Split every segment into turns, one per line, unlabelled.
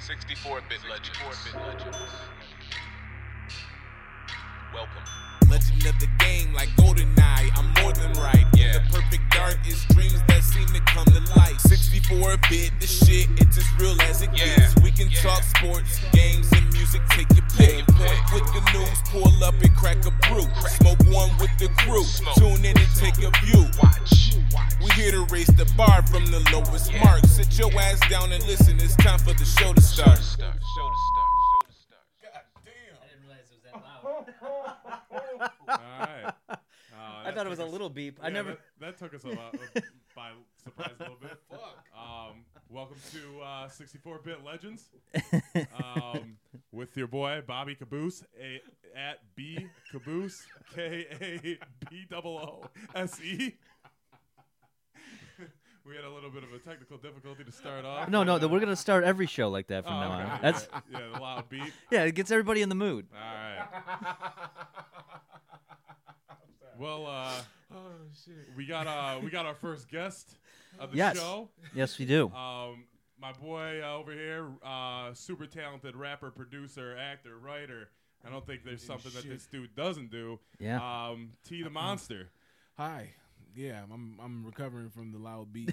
64-bit legends. 64-bit legends. Welcome.
Legend of the game, like GoldenEye, I'm more than right.
Yeah.
The perfect dark is dreams that seem to come to life. 64 bit, the shit, it's as real as it
Yeah.
gets. We can
Yeah.
talk sports, games, and music, take your
Take your
pick. Point
pick.
with the news, pull up and crack a brew. Smoke one with the crew,
Smoke.
tune in and take a view.
Watch. Watch.
We here to raise the bar from the lowest
Yeah.
mark. Sit your ass down and listen, it's time for the show to
Start. Show
start.
the start. Show the start.
I didn't realize it was that loud.
Alright. Oh,
I
that
thought it was a
took us-
little beep. I
yeah,
never.
That, that took us a lot uh, by surprise a little bit. Fuck. Um, welcome to uh, 64-bit Legends. Um, with your boy Bobby Caboose a, at B Caboose K A B double O S E. We had a little bit of a technical difficulty to start off.
No, no,
but,
the,
uh,
we're gonna start every show like that
oh,
from now
okay.
on. That's
yeah, the loud beat.
yeah, it gets everybody in the mood.
All right. Well, uh,
Oh,
we got uh, we got our first guest of the
Yes.
show.
Yes, we do.
Um, my boy uh, over here, uh, super talented rapper, producer, actor, writer. I don't think there's something that this dude doesn't do.
Yeah. Uh-uh.
Um, T the monster.
Hi. Yeah, I'm I'm recovering from the loud beat.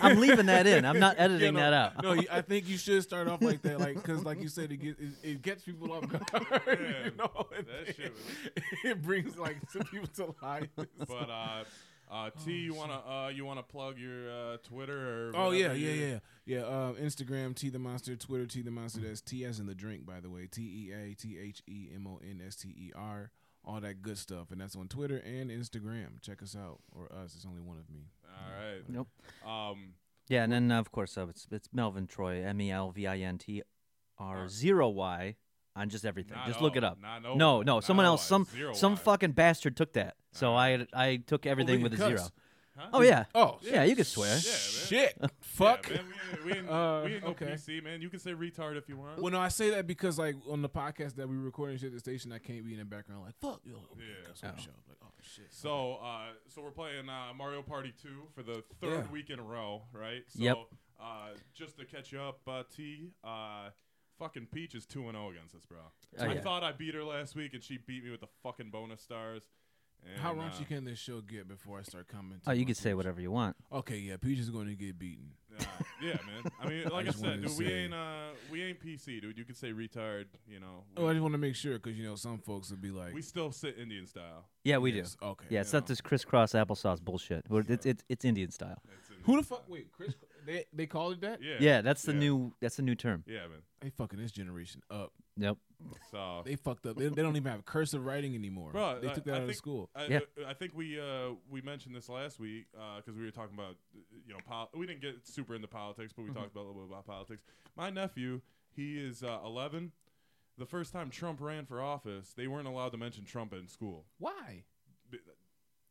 I'm leaving that in. I'm not editing
no,
that out.
No, you- I think you should start off like that, like because, like you said, it gets it, it gets people off guard.
Yeah,
you know, and
that
it,
shit was-
it brings like some people to life. Oh,
But uh, uh, T, you wanna uh, you wanna plug your uh, Twitter or?
oh yeah,
whatever
yeah,
you-
yeah, yeah. Uh, Instagram T the monster, Twitter T the monster. That's T as in the drink, by the way. T E A T H E M O N S T E R. All that good stuff, and that's on Twitter and Instagram. Check us out or us. It's only one of me.
All right.
Nope.
Um,
Yeah, and then uh, of course uh, it's it's Melvin Troy, M E L V I N T R zero Y on just everything.
Not
Just look
all,
it up.
not over,
no, no,
not
someone else,
all,
some
zero
some
Y.
fucking bastard took that. So I I took everything
can
with a
cuss.
zero.
Huh?
Oh yeah.
Oh
Yeah, you could swear.
Yeah, man.
shit,
Yeah,
fuck.
man, we, we ain't,
Uh,
we ain't no
okay.
PC, man. You can say retard if you want.
Well, no, I say that because like on the podcast that we record and shit at the station, I can't be in the background like fuck yo.
Yeah.
That's what I'm showing. Like, oh shit.
So, uh, so we're playing uh, Mario Party 2 for the third
Yeah.
week in a row, right? So,
Yep.
Uh, just to catch you up, uh, T, uh, fucking Peach is 2 and 0 against us, bro.
Oh,
I
yeah.
thought I beat her last week, and she beat me with the fucking bonus stars. And,
How
uh,
raunchy can this show get before I start commenting?
Oh, you
on
could say
Peach?
whatever you want.
Okay, yeah, Peach is going to get beaten.
uh, yeah, man. I mean, like I,
just
said,
wanted to
dude, we
say-
ain't uh, we ain't PC, dude. You can say retard, you know. We,
Oh, I just want to make sure because you know some folks would be like,
we still sit Indian style.
Yeah, we
yes,
do.
Okay.
Yeah, it's not this crisscross applesauce bullshit. We're- It's it's, it's Indian style.
It's Indian
Who the
style.
fuck? Wait, Chris? They they called it that?
Yeah.
Yeah, that's the
yeah.
new that's the new term.
Yeah, man.
They fucking this generation up.
Yep.
So
They fucked up. They, they don't even have cursive writing anymore.
Bro,
they
I-
took that
I
out of
think-
school.
I,
Yeah.
I think we uh, we mentioned this last week because we were talking about uh, you know pol- we didn't get super into politics, but we talked
Mm-hmm.
about a little bit about politics. My nephew, he is uh, 11. The first time Trump ran for office, they weren't allowed to mention Trump in school.
Why?
They,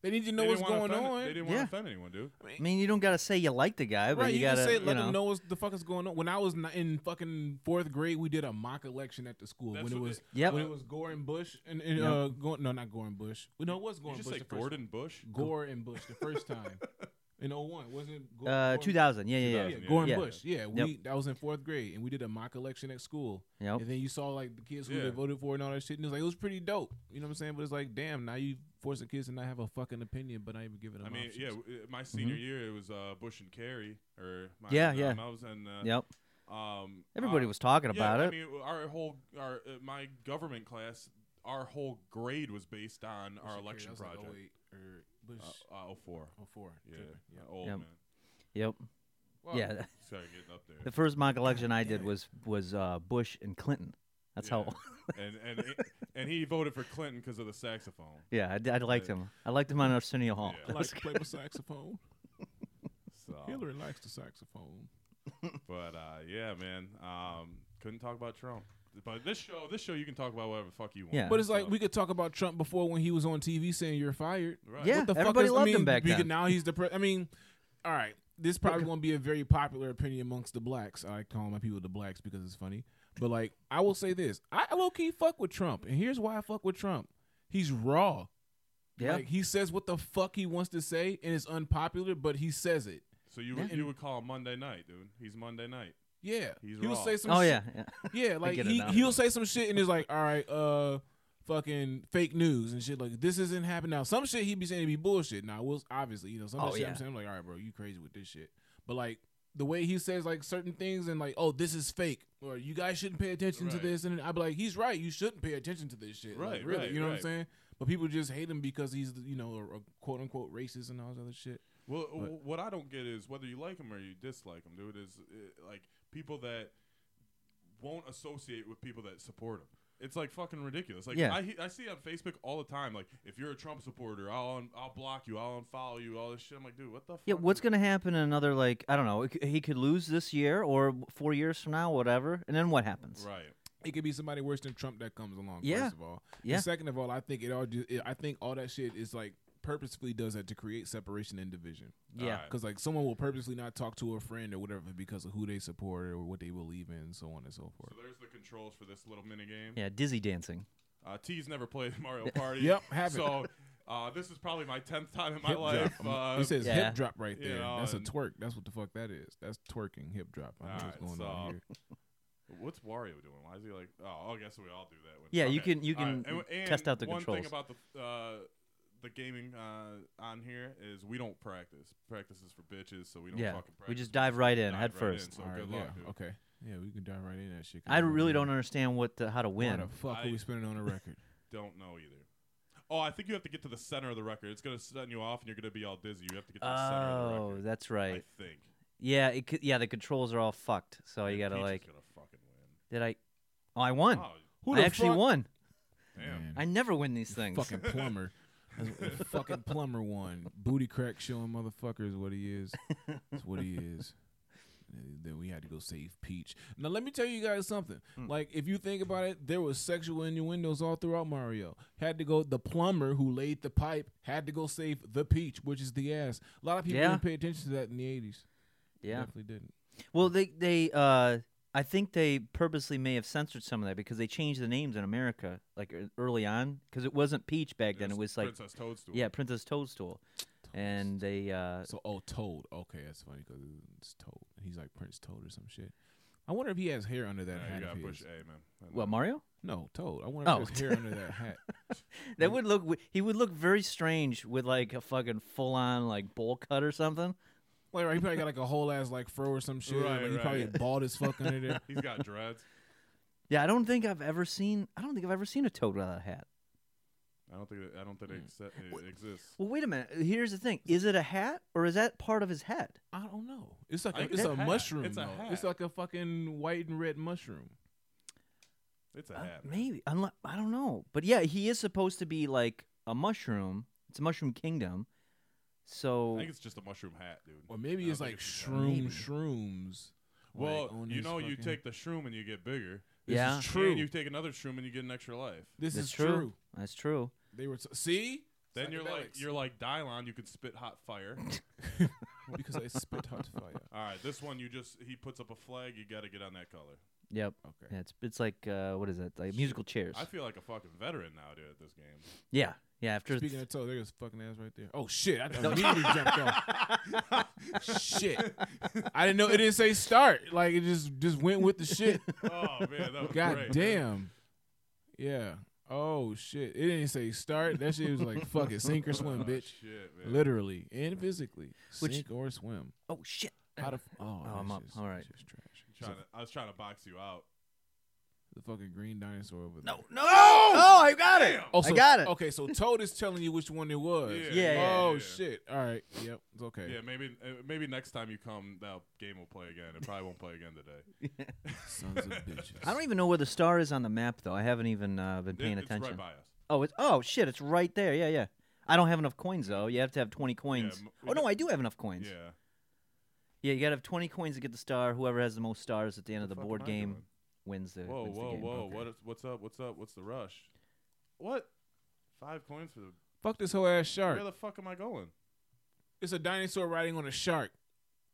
They need to know
they
what's
didn't wanna
going
offend,
on.
They didn't want to
Yeah.
offend anyone, dude.
I mean, you don't gotta say you like the guy, but
Right,
you
you,
gotta
can say,
you
let
know.
them know what the fuck is going on. When I was ni- in fucking fourth grade, we did a mock election at the school.
That's
when it
what
was
they-
Yep.
when it was Gore and Bush and, and
Yep.
uh, Gore, no, not Gore and Bush. Well, no, it was Gore
you
and
just
Bush.
say
the first
Gordon Bush.
time. Gore and Bush the first time in 01. wasn't it? Gore,
Uh,
Gore-
2000. Yeah, yeah,
Yeah,
yeah.
yeah.
Gore and
Yeah.
Bush. Yeah, we that was in fourth grade, and we did a mock election at school.
Yep.
And then you saw like the kids who
Yeah.
they voted for and all that shit, and it was like it was pretty dope. You know what I'm saying? But it's like, damn, now you forcing kids to not have a fucking opinion, but not even giving them.
I mean,
options.
yeah, w- uh, my senior
Mm-hmm.
year it was uh, Bush and Kerry, or my,
Yeah,
um,
yeah.
I was in. Uh,
Yep.
Um,
Everybody
uh,
was talking
yeah,
about it.
I mean, our whole our uh, my government class, our whole grade was based on our election project.
oh Bush
uh, uh, 04.
oh four.
Yeah, uh, old
Yep.
man.
yep. yeah.
Started getting up there.
The first mock election I did was was uh, Bush and Clinton. That's how.
Yeah. and and and he voted for Clinton because of the saxophone.
yeah, I, d- I liked him. I liked him on Arsenio Hall.
Yeah.
I
That
like
was
to
good.
play the saxophone.
So,
Oh.
Hillary likes the saxophone.
but uh, yeah, man, um, couldn't talk about Trump. But this show, this show, you can talk about whatever the fuck you want.
Yeah.
But it's like
So-
we could talk about Trump before when he was on TV saying you're fired.
Right.
Yeah.
What the fuck
everybody
is, I
loved him
mean,
back
because
then.
Now he's the. Pre- I mean, all right. This probably won't be a very popular opinion amongst the blacks. I call my people the blacks because it's funny. But like, I will say this: I low key fuck with Trump, and here's why I fuck with Trump. He's raw.
yeah.
Like, he says what the fuck he wants to say, and it's unpopular, but he says it.
So you you would call him Monday night, dude. He's Monday night.
Yeah,
He's
he'll
raw.
say some.
Oh
shit-
yeah, yeah.
yeah. Like
get it
he
now.
he'll say some shit and he's like, all right, uh, fucking fake news and shit. Like this isn't happening now. Some shit he be saying be bullshit. Now, will obviously you know some of the
Oh,
shit I'm
yeah.
saying I'm like, all right, bro, you crazy with this shit. But like the way he says like certain things and like, oh, this is fake or you guys shouldn't pay attention
Right.
to this. And I'd be like, he's right. You shouldn't pay attention to this shit. Like,
Right,
really.
right,
you know what
right.
I'm saying? But people just hate him because he's you know a, a quote unquote racist and all this other shit.
Well, w what I don't get is whether you like him or you dislike him, dude. Is uh, like people that won't associate with people that support him. It's like fucking ridiculous. Like
Yeah.
I, he- I see on Facebook all the time. Like if you're a Trump supporter, I'll un- I'll block you, I'll unfollow you, all this shit. I'm like, dude, what the?
Yeah,
fuck
what's
is-
going to happen in another like I don't know. it c- He could lose this year or 4 years from now, whatever. And then what happens?
right?
it could be somebody worse than Trump that comes along.
Yeah.
First of all,
Yeah.
And second of all, I think it all. ju- It, I think all that shit is like purposefully does that to create separation and division.
Yeah.
Alright.
Because like someone will purposely not talk to a friend or whatever because of who they support or what they believe in, and so on and so
So
forth.
there's the controls for this little mini game.
Yeah, dizzy dancing.
Uh, T's never played Mario Party.
Yep, haven't.
So uh, this is probably my tenth time in my
Hip
life.
drop.
Uh,
He says
Yeah.
hip drop right
you
there.
know,
That's a
and-
twerk. That's what the fuck that is. That's twerking hip drop. I don't know what's
Alright,
going on
so-
here.
What's Wario doing? Why is he like? Oh, I guess we all do that. When,
Yeah, you
okay.
can- you
All
can test out the
one
controls.
thing about the uh, the gaming uh, on here is we don't practice. Practice is for bitches, so we don't
yeah.
fucking practice.
We just dive right in
Dive
head
right
first.
in, so
Alright,
good
yeah,
luck. dude.
Okay. Yeah, we can dive right in that shit. 'cause
I
we
really don't
know
understand what the, how to
Why
win.
the fuck
I-
are we spending on a record?
Don't know either. Oh, I think you have to get to the center of the record. It's gonna stun you off, and you're gonna be all dizzy. You have to get to the center of the
Oh,
record.
that's right.
I think.
Yeah, it could, yeah, the controls are all fucked. So you
And
got to
Peach is
like
gonna fucking win.
Did I Oh, I won.
Oh,
Who
I
the
actually
fuck?
won.
damn.
Man.
I never win these things.
fucking plumber. That's a fucking plumber one. Booty crack showing motherfuckers what he is. That's what he is. And Then we had to go save Peach. Now let me tell you guys something.
Hmm.
Like if you think about it, there was sexual innuendos all throughout Mario. Had to go the plumber who laid the pipe had to go save the peach, which is the ass. A lot of people
Yeah.
didn't pay attention to that in the eighties.
Yeah.
definitely didn't.
Well, they they uh I think they purposely may have censored some of that because they changed the names in America like e- early on because it wasn't Peach back then. It was like
Princess Toadstool.
yeah, Princess Toadstool, and they uh
So oh, Toad. Okay, that's funny because it's Toad. He's like Prince Toad or some shit. I wonder if he has hair under that
Yeah,
hat.
you
of
gotta push
his.
A, man. I know.
what Mario?
No, Toad. I wonder if
Oh.
there's hair under that hat.
That would look w- he would look very strange with like a fucking full on like bowl cut or something.
Like, right, he probably got like a whole ass like fro or some shit.
Right,
like, He
right.
probably bald as fuck under there.
He's got dreads.
Yeah, I don't think I've ever seen I don't think I've ever seen a toad without a hat.
I don't think. That, I don't think
Mm.
it, exce- it exists.
Well, wait a minute. Here's the thing: is it a hat or is that part of his head?
I don't know. It's like
I
a,
think
it's
it's
a
a hat.
mushroom.
It's a
though.
hat.
It's like a fucking white and red mushroom.
It's a
Uh,
hat. man.
maybe unless I don't know, but yeah, he is supposed to be like a mushroom. It's a mushroom kingdom,
I
so
think it's just a mushroom hat, dude.
Or maybe
I
it's
don't
like
think it's-
shroom
Maybe.
shrooms.
Well,
like, on
you
his
know, you
fucking-
take the shroom and you get bigger.
This
Yeah.
is true.
And you take another shroom and you get an extra life.
this
that's
is true.
That's true.
They were t- see.
Then you're like
Psychedelics.
you're like Dylon. You can spit hot fire.
because I spit hot fire.
All right, this one you just he puts up a flag. You got to get on that color.
Yep.
Okay.
Yeah, it's it's like uh, what is it? Like musical chairs.
I feel like a fucking veteran now, dude. At this game.
yeah. Yeah. After
Speaking
th-
of toe, there's fucking ass right there. Oh shit! I immediately jumped off. shit! I didn't know it didn't say start. Like it just just went with the shit.
Oh man, that was
God
great.
damn. Yeah. Oh shit. It didn't say start. That shit was like fuck it, sink or swim,
Oh,
bitch.
Shit, man.
Literally and physically,
Which-
sink or swim.
oh shit.
How to? f- Oh,
I'm
that's
up.
just-
All right.
that's just trash.
Trying to- I was trying to box you out.
The fucking green dinosaur over there.
No. No. Oh, I got it.
Damn!
Oh,
I got it.
Okay, so Toad is telling you which one it was.
Yeah,
Yeah, yeah,
oh
yeah.
shit. All right. Yep. It's okay.
Yeah, maybe uh, maybe next time you come, that game will play again. It probably won't play again today.
Sons of bitches.
I don't even know where the star is on the map though. I haven't even uh, been paying
It- it's
attention.
right by us.
oh, it's oh shit. It's right there. Yeah. Yeah. I don't have enough coins though. You have to have twenty coins.
m-
oh no, I do have enough coins.
Yeah.
Yeah, you gotta have 20 coins to get the star. Whoever has the most stars at the end of the
fuck
board
am I
game
doing?
wins the.
Whoa,
wins the
whoa,
game.
whoa! What is, what's up? What's up? What's the rush? What? Five coins for the.
Fuck this whole ass shark.
Where the fuck am I going?
It's a dinosaur riding on a shark.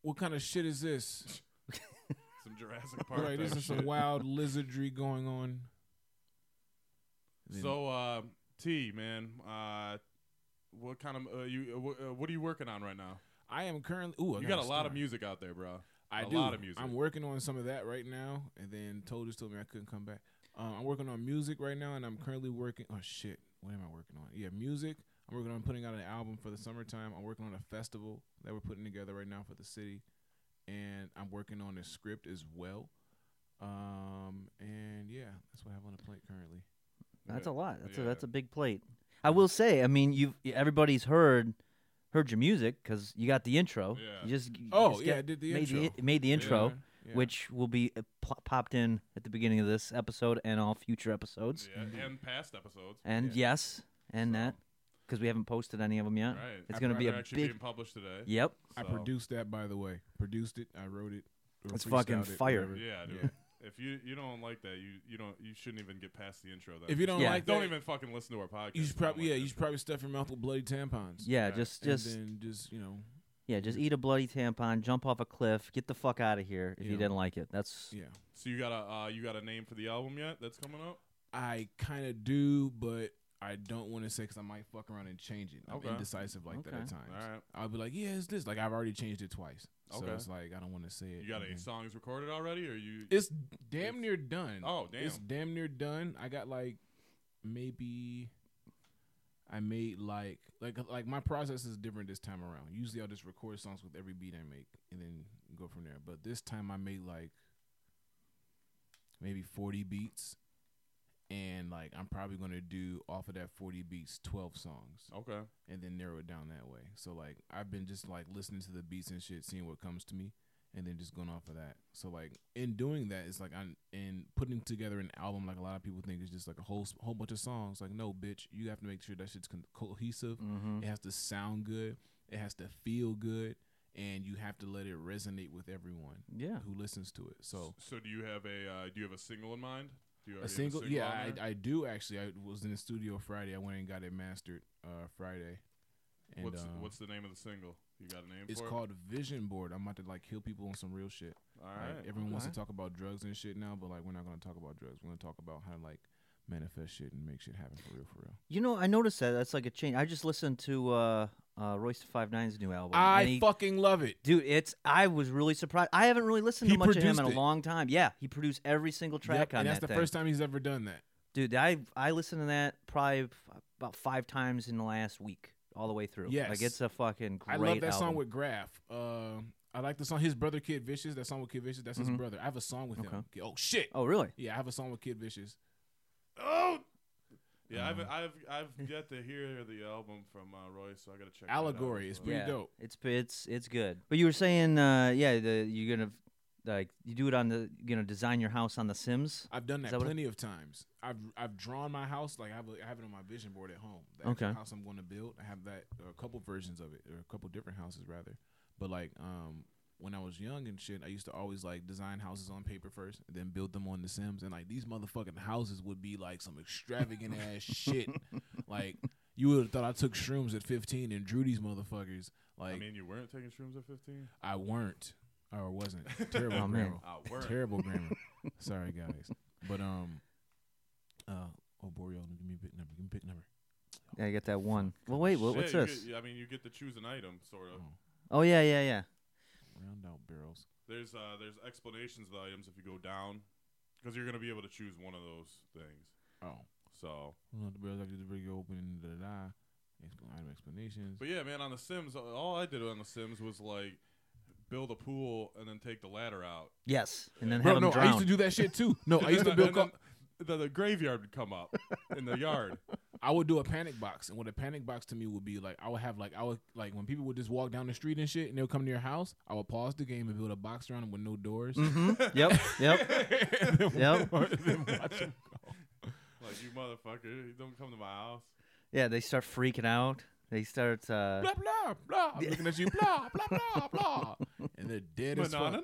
What kind of shit is this?
Some Jurassic Park.
Right, this
type
is some
shit.
wild lizardry going on.
So, uh, T man, uh, what kind of uh, you? Uh, wh- uh, what are you working on right now?
I am currently. Ooh, I
You got a lot
star.
of music out there, bro.
I
A
do.
lot of music.
I'm working on some of that right now, and then Told just told me I couldn't come back. Um, I'm working on music right now, and I'm currently working. Oh shit, what am I working on? Yeah, music. I'm working on putting out an album for the summertime. I'm working on a festival that we're putting together right now for the city, and I'm working on a script as well. Um, and yeah, that's what I have on the plate currently.
That's
Yeah.
a lot. That's a
Yeah.
that's a big plate. I will say, I mean, you have everybody's heard heard your music because you got the intro.
Yeah.
You just you
Oh
just
yeah,
got-
I did the
made
intro.
the made the intro,
Yeah.
which will be uh, pl- popped in at the beginning of this episode and all future episodes.
Yeah, and past episodes.
And
Mm-hmm. Yeah.
yes, and that because we haven't posted any of them yet.
Right.
It's going to be
They're
a
actually
big.
being published today.
Yep.
I
So,
produced that, by the way. Produced it. I wrote it. or
It's fucking
freestyled it,
fire.
whatever.
Yeah, dude.
Yeah.
If you you don't like that, you you don't you shouldn't even get past the intro. Then
If you don't
Yeah.
like,
don't
that,
even fucking listen to our podcast.
You should
if don't
probably
like
yeah.
that
You should
shit.
probably stuff your mouth with bloody tampons.
Yeah.
Yeah.
Just
And
just
then just you know
yeah. Just eat a bloody tampon. Jump off a cliff. Get the fuck out of here if you
Yeah.
didn't like it. That's
yeah.
So you got a uh, you got a name for the album yet? That's coming up.
I kind of do, but I don't want to say because I might fuck around and change it. I'm
Okay.
indecisive like that
Okay.
at times.
All right.
I'll be like, yeah, it's this. Like I've already changed it twice, so
Okay.
it's like I don't want to say it.
You got
and
any
then-
songs recorded already, or you?
It's damn near done.
oh damn!
It's damn near done. I got like maybe I made like like like my process is different this time around. Usually I'll just record songs with every beat I make and then go from there. But this time I made like maybe 40 beats and like I'm probably going to do off of that 40 beats 12 songs
okay.
and then narrow it down that way. So like I've been just like listening to the beats and shit, seeing what comes to me, and then just going off of that. So like in doing that, it's like I'm in putting together an album. Like a lot of people think it's just like a whole s- whole bunch of songs. Like no, bitch, you have to make sure that shit's con- cohesive.
Mhm.
It has to sound good. It has to feel good, and you have to let it resonate with everyone
yeah.
who listens to it. So.
So do you have a uh, do you have a single in mind? Do you
A
already have
single, yeah,
on
I,
there?
I do actually. I was in the studio Friday. I went and got it mastered uh, Friday. And,
what's
um,
what's the name of the single? You got a name
It's
for it?
called Vision Board. I'm about to like heal people on some real shit.
All
Like,
right.
everyone wants to
okay.
talk about drugs and shit now, but like we're not gonna talk about drugs. We're gonna talk about how to like manifest shit and make shit happen for real, for real.
You know, I noticed that. That's like a change. I just listened to uh, uh, Royce Five Nine's new album. and he-
fucking love it.
dude, it's I was really surprised. I haven't really listened
He
to much of him in
produced
a
it.
long time. Yeah, he produced every single track
Yep,
on
and that's
that
the
thing.
first time he's ever done that.
Dude, I I listened to that probably f- about five times in the last week, all the way through.
Yes.
like it's a fucking great.
I love that
album.
song with Graf. Uh, I like the song his brother Kid Vicious. That song with Kid Vicious. That's
Mhm.
his brother. I have a song with him. Oh shit.
Oh, really?
Yeah, I have a song with Kid Vicious.
Oh. Yeah,
Um,
I've I've I've yet to hear the album from uh, Roy, so I gotta check. that out
Allegory.
as
It's
well.
pretty
yeah,
dope.
It's it's it's good. But you were saying, uh, yeah, the, you're gonna like you do it on the you know design your house on the Sims.
I've done
Is
that,
that what it-
plenty of times. I've I've drawn my house like I have, a, I have it on my vision board at home. The actual
Okay.
house I'm going to build. I have that or a couple versions of it or a couple different houses rather. But like um when I was young and shit, I used to always like design houses on paper first and then build them on the Sims and like these motherfucking houses would be like some extravagant ass shit. Like you would have thought I took shrooms at 15 and drew these motherfuckers. Like
I mean, you weren't taking shrooms at fifteen.
I weren't or wasn't. Terrible
Oh, man.
grammar.
Oh, weren't.
Terrible grammar. Sorry guys. But um uh oh Boreal, give me a big number. Give me a big number.
Yeah, you got that one. Well, wait, what, what's
Shit, you
this?
get- I mean, you get to choose an item, sort of.
Oh,
Oh yeah, yeah, yeah.
round out barrels.
There's uh, there's explanations of the items if you go down, because you're gonna be able to choose one of those things.
Oh.
So,
Round out the barrels after the break open da da da. Expl- Item explanations.
but yeah, man, on The Sims, uh, all I did on The Sims was like build a pool and then take the ladder out.
Yes, and then
Bro,
have
no,
them drown.
I used to do that shit too. No, Oh, I used to
And
build.
then
co-
the, the graveyard would come up in the yard.
I would do a panic box, and what a panic box to me would be like, I would have like, I would like when people would just walk down the street and shit, and they'll come to your house. I would pause the game and build a box around them with no doors.
Mhm. Yep, yep. Yep.
Then watch 'em go.
Like you motherfucker, you don't come to my house.
Yeah, they start freaking out. They start. Uh,
blah blah blah. I'm Looking at you, blah blah blah blah, and they're dead as
Banana,
fuck.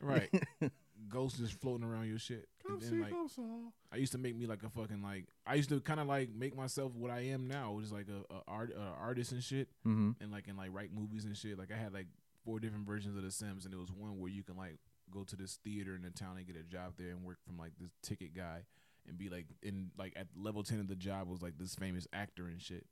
Right, ghosts just floating around your shit.
come
And
see
then, like,
those all.
I used to make me like a fucking like. I used to kind of like make myself what I am now, which is like a, a art a artist and shit,
mhm.
and like and like write movies and shit. Like I had like four different versions of The Sims, and it was one where you can like go to this theater in the town and get a job there and work from like this ticket guy, and be like in like at level ten of the job was like this famous actor and shit.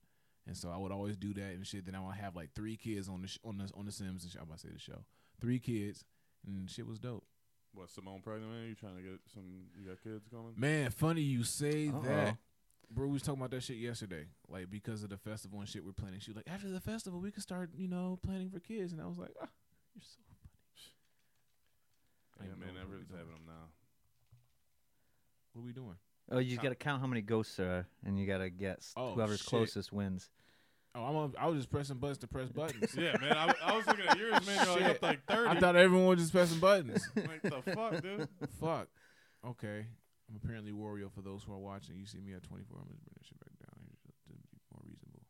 And so I would always do that and shit. Then I would have like three kids on the sh- on the on the Sims and shit. I'm about to say the show. Three kids, and shit was dope.
What Simone pregnant? Man, you trying to get some? You got kids coming?
Man, funny you say
Uh-oh.
that. Bro, we was talking about that shit yesterday, like because of the festival and shit we're planning. She was like, after the festival, we could start, you know, planning for kids. And I was like, ah, you're so funny. I
Yeah,
don't
man,
know what we
everything's
doing.
having them now.
What are we doing?
Oh, you
Huh.
just got to count how many ghosts there are, and you got to guess
Oh,
whoever's
shit.
closest wins.
Oh, I'm on, I was just pressing buttons to press buttons.
Yeah, man, I, I was looking at yours, man. You're like,
Shit.
up like thirty.
I thought everyone was just pressing buttons.
like the fuck, dude.
Fuck. Okay. I'm apparently Wario for those who are watching. You see me at 24. I'm gonna bring that shit back down here just uh, to be more reasonable.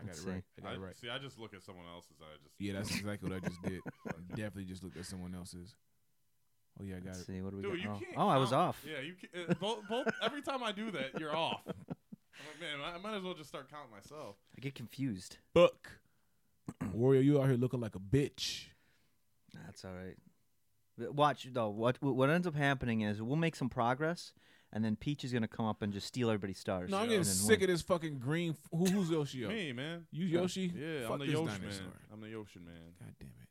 I got
Let's
it right. I got
I,
it right.
See, I just look at someone else's. I just
Yeah, that's exactly what I just did. Definitely just looked at someone else's. Oh yeah, I got
Let's
it.
see, what do we got?
Dude, you
oh,
can't.
oh, I was
count.
off.
Yeah, you can, uh, both, both. Every time I do that, you're off. I'm like, man, I, I might as well just start counting myself.
I get confused.
Fuck. Wario, you out here looking like a bitch.
That's all right. But Watch though. What what ends up happening is we'll make some progress, and then Peach is gonna come up and just steal everybody's stars.
No, I'm
and
getting
then
sick
win.
of this fucking green. f- Who, who's Yoshi? Yo?
Me, man.
You Yoshi?
Yeah,
Fuck
I'm the
this
Yoshi
dinosaur.
man. I'm the Yoshi man.
God damn it.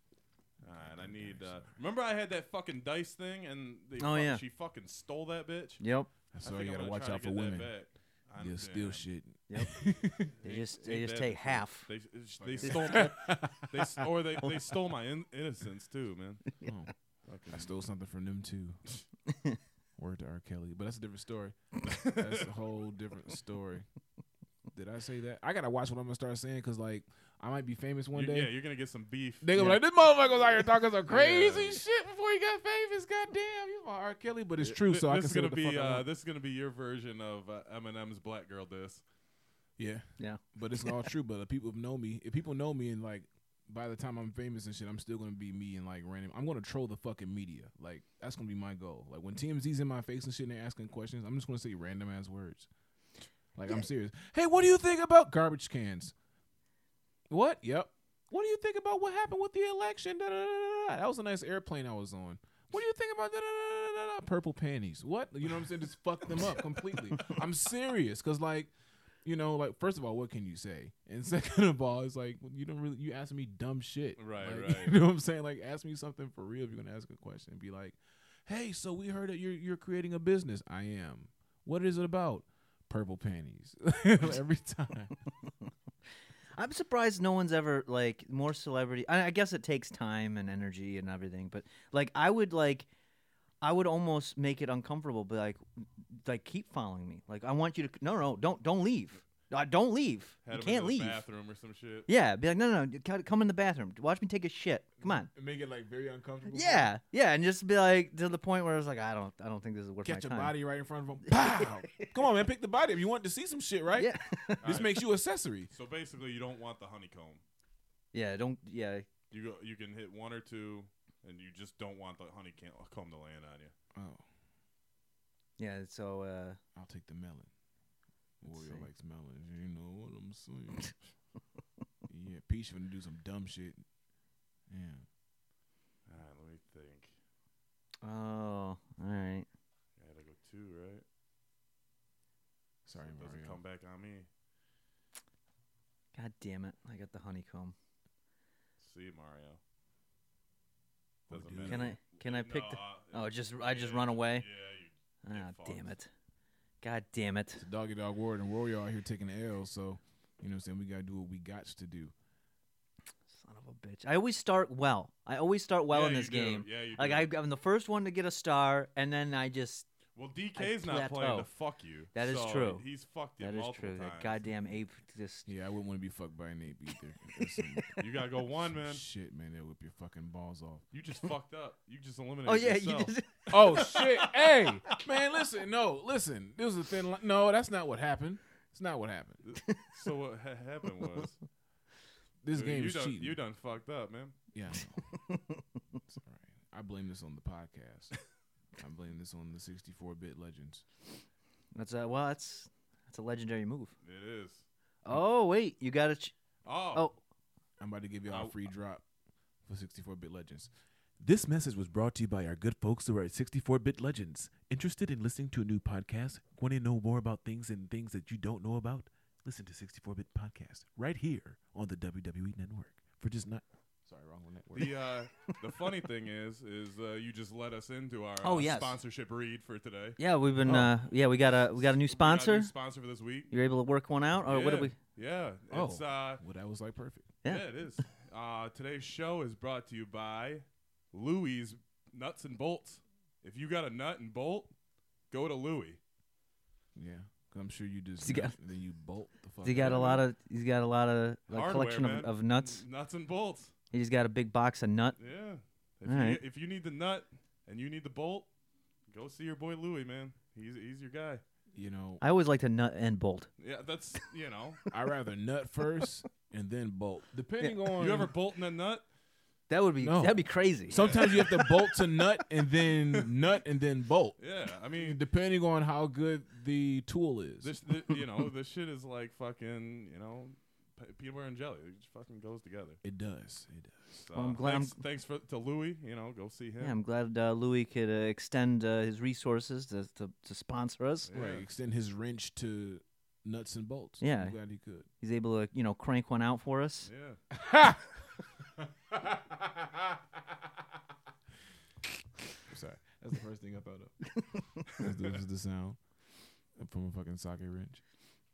All right, I
Goddamn
need. Uh,
dinosaur.
remember, I had that fucking dice thing, and they
Oh,
fuck-
yeah.
she fucking stole that bitch.
Yep.
That's
I
why
think I'm
you gotta
gonna
watch
try
out
to
for
get that
women.
back. I'm-
They'll steal
damn.
shit.
They
Ain't-
just they
ain't
just
that
take
the truth?
half.
They they stole my, they s- or they, they stole my in, innocence too, man.
Oh. I
Fucking-
stole something from them too. Word to R. Kelly, but that's a different story. That's a whole different story. Did I say that? I gotta watch what I'm gonna start saying because like I might be famous one
You-
day.
yeah, you're gonna get some beef.
They gonna
Yeah.
be like, this motherfucker was out here talking some crazy
Yeah.
shit before he got famous. Goddamn, you are R. Kelly, but it's true.
Th-
So I
this
can
is
say
gonna
what the
be
fuck I
uh,
want.
this is gonna be your version of uh, Eminem's "Black Girl" diss.
yeah,
Yeah.
but it's all true. But if people know me, if people know me, and like by the time I'm famous and shit, I'm still gonna be me and like random. I'm gonna troll the fucking media. Like that's gonna be my goal. Like when TMZ's in my face and shit, and they're asking questions, I'm just gonna say random ass words. Like I'm serious. Hey, what do you think about garbage cans? What? Yep. What do you think about what happened with the election? Da, da, da, da, da. That was a nice airplane I was on. What do you think about da, da, da, da, da, da, purple panties? What? You know what I'm saying? Just fuck them up completely. I'm serious because like you know, like first of all, what can you say? And second of all, it's like you don't really you asking me dumb shit.
Right,
Like,
right.
You know what I'm saying? Like ask me something for real if you're gonna ask a question. Be like, Hey, so we heard that you're you're creating a business. I am. What is it about? Purple panties. Every time.
I'm surprised no one's ever like more celebrity. I, I guess it takes time and energy and everything, but like I would like, I would almost make it uncomfortable. But like, like keep following me. Like I want you to no no don't don't leave. Uh, don't leave.
Had him
you
in
can't
the
leave.
Bathroom or some shit.
Yeah, be like no no no c- come in the bathroom. Watch me take a shit. Come on.
Make it like very uncomfortable.
Yeah yeah, and just be like to the point where I was like I don't I don't think this is worth
Catch
my
a
time.
body right in front of him. Pow! Come on, man, pick the body if you want to see some shit, right?
Yeah
This
Alright.
makes you accessory.
So basically, you don't want the honeycomb.
yeah don't yeah
You go, you can hit one or two, and you just don't want the honeycomb to land on you.
Oh,
yeah so uh
I'll take the melon.
Let's
Warrior
see.
likes melons. You know what I'm saying? yeah, Peach finna do some dumb shit. Yeah.
All right, let me think.
oh all right
I gotta go two, right? So
Sorry,
it doesn't
Mario.
come back on me.
god damn it I got the honeycomb.
See, Mario.
Oh,
Doesn't
dude.
matter.
Can I can I pick the
No, uh,
Oh, just I just
yeah,
run away.
Yeah, you
Ah,
fucks.
damn it. God damn it.
It's a doggy dog ward, and Warrior out here taking the L, so you know what I'm saying? We gotta do what we got to do.
Son of a bitch. I always start well. I always start well
Yeah,
in
you
this
do.
game.
Yeah, you
Like
do.
I, I'm the first one to get a star, and then I just
Well, DK's not playing
plateau.
to fuck you.
That is
so
true.
He's fucked you
that is
multiple
true.
times.
That goddamn ape just
Yeah, I wouldn't want to be fucked by an ape either. That's some,
You gotta go one,
some
man.
Shit, man, that whip your fucking balls off.
You just fucked up. You just eliminated.
Oh yeah, you
yourself.
just
Oh shit! hey, man, listen, no, listen. This is a thin line. No, that's not what happened. It's not what happened.
So what ha- happened was
This
dude,
game
you
is
done,
cheating.
you done fucked up, man.
Yeah. I know. it's all right. I blame this on the podcast. I blame this on the 64-bit legends.
That's uh well that's that's a legendary move.
It is.
Oh wait, you gotta ch-
Oh,
oh
I'm about to give y'all
Oh.
a free drop for 64-bit legends. This message was brought to you by our good folks over at 64-bit legends.
Interested in listening to a new podcast? Want to know more about things and things that you don't know
E
about? Listen to 64 Bit Podcast right here on the WWE Network for just not.
Sorry, wrong one network.
The uh, the funny thing is, is uh, you just let us into our
Oh,
uh,
yes.
sponsorship read for today.
Yeah, we've been. Uh, yeah, we got a we got a new
Oh. We got a new
sponsor.
sponsor for this week.
You're able to work one out, or
yeah.
what did we?
Yeah.
Oh.
It's, uh,
well, that was like perfect.
Yeah.
yeah. it is. Uh, today's show is brought to you by Louie's Nuts and Bolts. If you got a nut and bolt, go to Louie.
Yeah, 'Cause I'm sure you just
You got-
then you bolt the fuck.
He got
out
a
of
lot
it.
of. He's got a lot of like,
Hardware,
collection of,
man.
of nuts.
Nuts and bolts.
He's got a big box of nut.
Yeah. If,
All
you,
right.
if you need the nut and you need the bolt, go see your boy Louie, man. He's he's your guy.
you know.
I always like to nut and bolt.
Yeah, that's you know.
I rather nut first and then bolt, depending on.
you ever bolt in a nut?
That would be
No.
that'd be crazy.
Sometimes you have to bolt to nut and then nut and then bolt,
Yeah, I mean,
depending on how good the tool is.
this, th you know this shit is like fucking you know p- peanut butter and jelly. It just fucking goes together.
it does. It does.
So
Well, I'm glad I'm-
Thanks, thanks for to Louis. You know, go see him.
yeah, I'm glad uh, Louis could uh, extend uh, his resources to, to to sponsor us.
Yeah.
Right. Extend his wrench to nuts and bolts.
Yeah.
I'm glad he could.
He's able to you know crank one out for us.
Yeah.
I'm sorry. That's the first thing I thought of. That's the, that's the sound from a fucking socket wrench.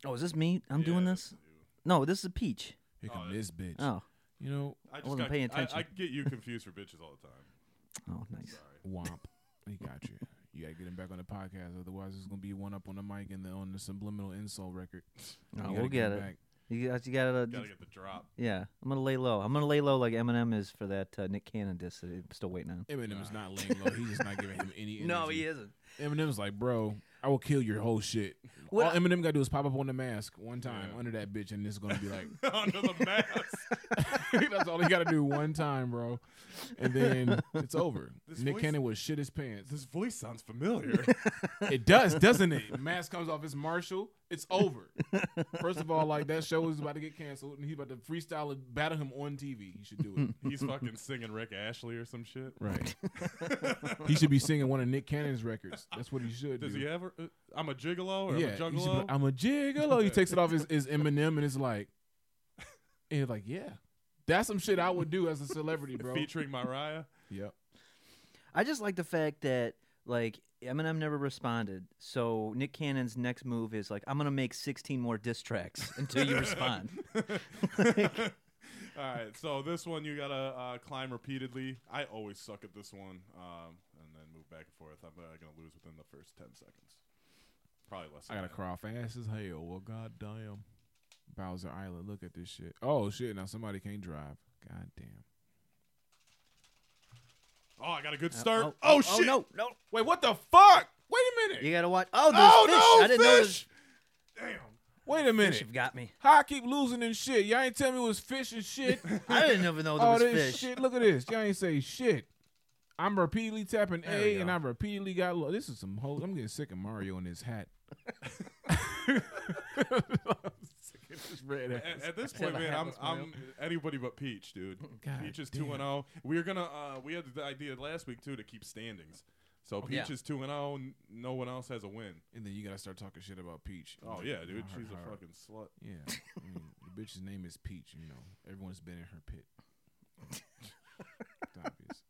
Oh, is this me? I'm doing
Yeah,
this? No, this is a peach.
Here
Oh,
come
that-
this bitch.
Oh,
You know,
I just
wasn't
got-
paying
I- I,
attention.
get you confused for bitches all the time.
oh, nice.
Womp. He got you. You gotta get him back on the podcast, otherwise it's gonna be one up on the mic and the on the subliminal insult record. You
No,
gotta
Oh, we'll get
him
it. You got you got to
Gotta get the drop.
yeah. I'm gonna lay low. I'm gonna lay low like Eminem is for that uh, Nick Cannon diss. That I'm still waiting on.
Eminem is not laying low. He's just not giving him any. Energy.
isn't.
Eminem's like, bro, I will kill your whole shit.
What
All
I-
Eminem gotta do is pop up on the mask one time
Yeah.
under that bitch, and it's gonna be like,
Under the mask.
that's all he gotta do one time, bro, and then it's over.
This
Nick
voice-
Cannon will shit his pants.
this voice sounds familiar.
It does, doesn't it? Mask comes off. It's Marshall. It's over. First of all, like that show is about to get canceled, and he's about to freestyle and battle him on TV. He should do it.
He's fucking singing Rick Ashley or some shit.
Right. he should be singing one of Nick Cannon's records. That's what he should
Does
do.
he ever? Uh, I'm a gigolo or I'm a
yeah, he should be
juggalo.
like, I'm a gigolo. He takes it off his, his Eminem, and it's like, and it's like, yeah, that's some shit I would do as a celebrity, bro.
Featuring Mariah.
Yep.
I just like the fact that like Eminem never responded. So Nick Cannon's next move is like, I'm gonna make 16 more diss tracks until you respond.
All right, so this one you gotta uh, climb repeatedly. I always suck at this one, um, and then move back and forth. I'm uh, gonna lose within the first ten seconds, probably less.
I
than
gotta
that.
cry fast as hell. Well, goddamn, Bowser Island. Look at this shit. Oh shit! Now somebody can't drive. God damn.
Oh, I got a good start.
oh,
Oh,
oh, oh,
shit!
no, no.
Wait, what the fuck?
Wait a minute.
You gotta watch. Oh, there's
Oh,
fish.
no,
I didn't know there's
fish!
Damn.
Wait a minute.
fish. Have got me.
How I keep losing and shit? Y'all ain't tell me it was fish and shit.
I didn't even know there
All
was
this
fish.
Oh, shit. Look at this. Y'all ain't say shit. I'm repeatedly tapping
There we
A, and
go.
I repeatedly got low. This is some whole. I'm getting sick of Mario in his hat.
At, at this point, man, I'm, I'm anybody but Peach, dude.
God
Peach is
damn.
two and zero. We're gonna. Uh, we had the idea last week too to keep standings.
Oh,
So Peach
yeah.
is two and zero. No one else has a win.
And then you gotta start talking shit about Peach.
Oh yeah, dude,
Hard,
she's
hard.
a fucking slut.
Yeah, I mean, the bitch's name is Peach. You know, everyone's been in her pit. it's obvious.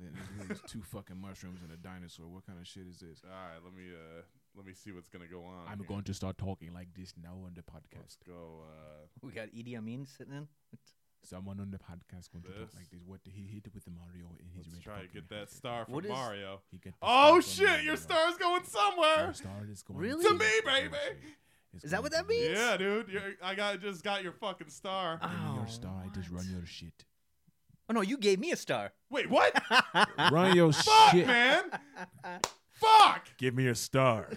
Then there's two fucking mushrooms and a dinosaur. What kind of shit is this?
All right, let me uh, let me see what's gonna go on.
I'm
here.
going to start talking like this now on the
Let's
podcast.
go. Uh,
We got Idi Amin sitting in.
Someone on the podcast going to talk
This.
like this. What he hit with the Mario in his
let's
red
try to
fucking
get that
hat.
star from
What is-
Mario.
He get the
Oh
star from
shit, your
Mario.
star's going
Your
somewhere.
star is going
Really?
to
To
me,
the
baby.
bullshit. It's
Is that
going
what
to
that
the-
means?
Yeah, dude, you're, I got just got your fucking star.
Give me
Oh,
your star. I just run
what?
your shit.
Oh no, you gave me a star.
Wait, what?
Run your
Fuck,
shit.
man. Fuck.
Give me your star.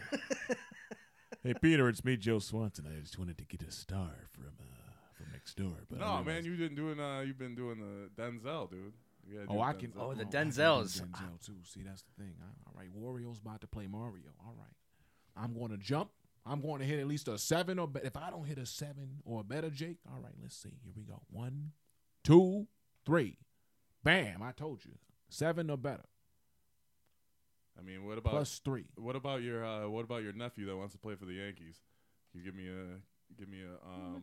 hey, Peter, it's me, Joe Swanson. I just wanted to get a star from uh, from next door. But I
No,
realized-
man, you've been doing uh, you've been doing the Denzel, dude. You gotta
Oh,
do
I can.
Denzel.
Oh, the
I can do
Denzels.
Denzel too. See, that's the thing. All right, Wario's about to play Mario. All right, I'm going to jump. I'm going to hit at least a seven or better. If I don't hit a seven or a better, Jake. All right, let's see. Here we go. One, two, three. Bam! I told you, seven or better.
I mean, what about
Plus three.
what about your uh, what about your nephew that wants to play for the Yankees? You give me a give me a um,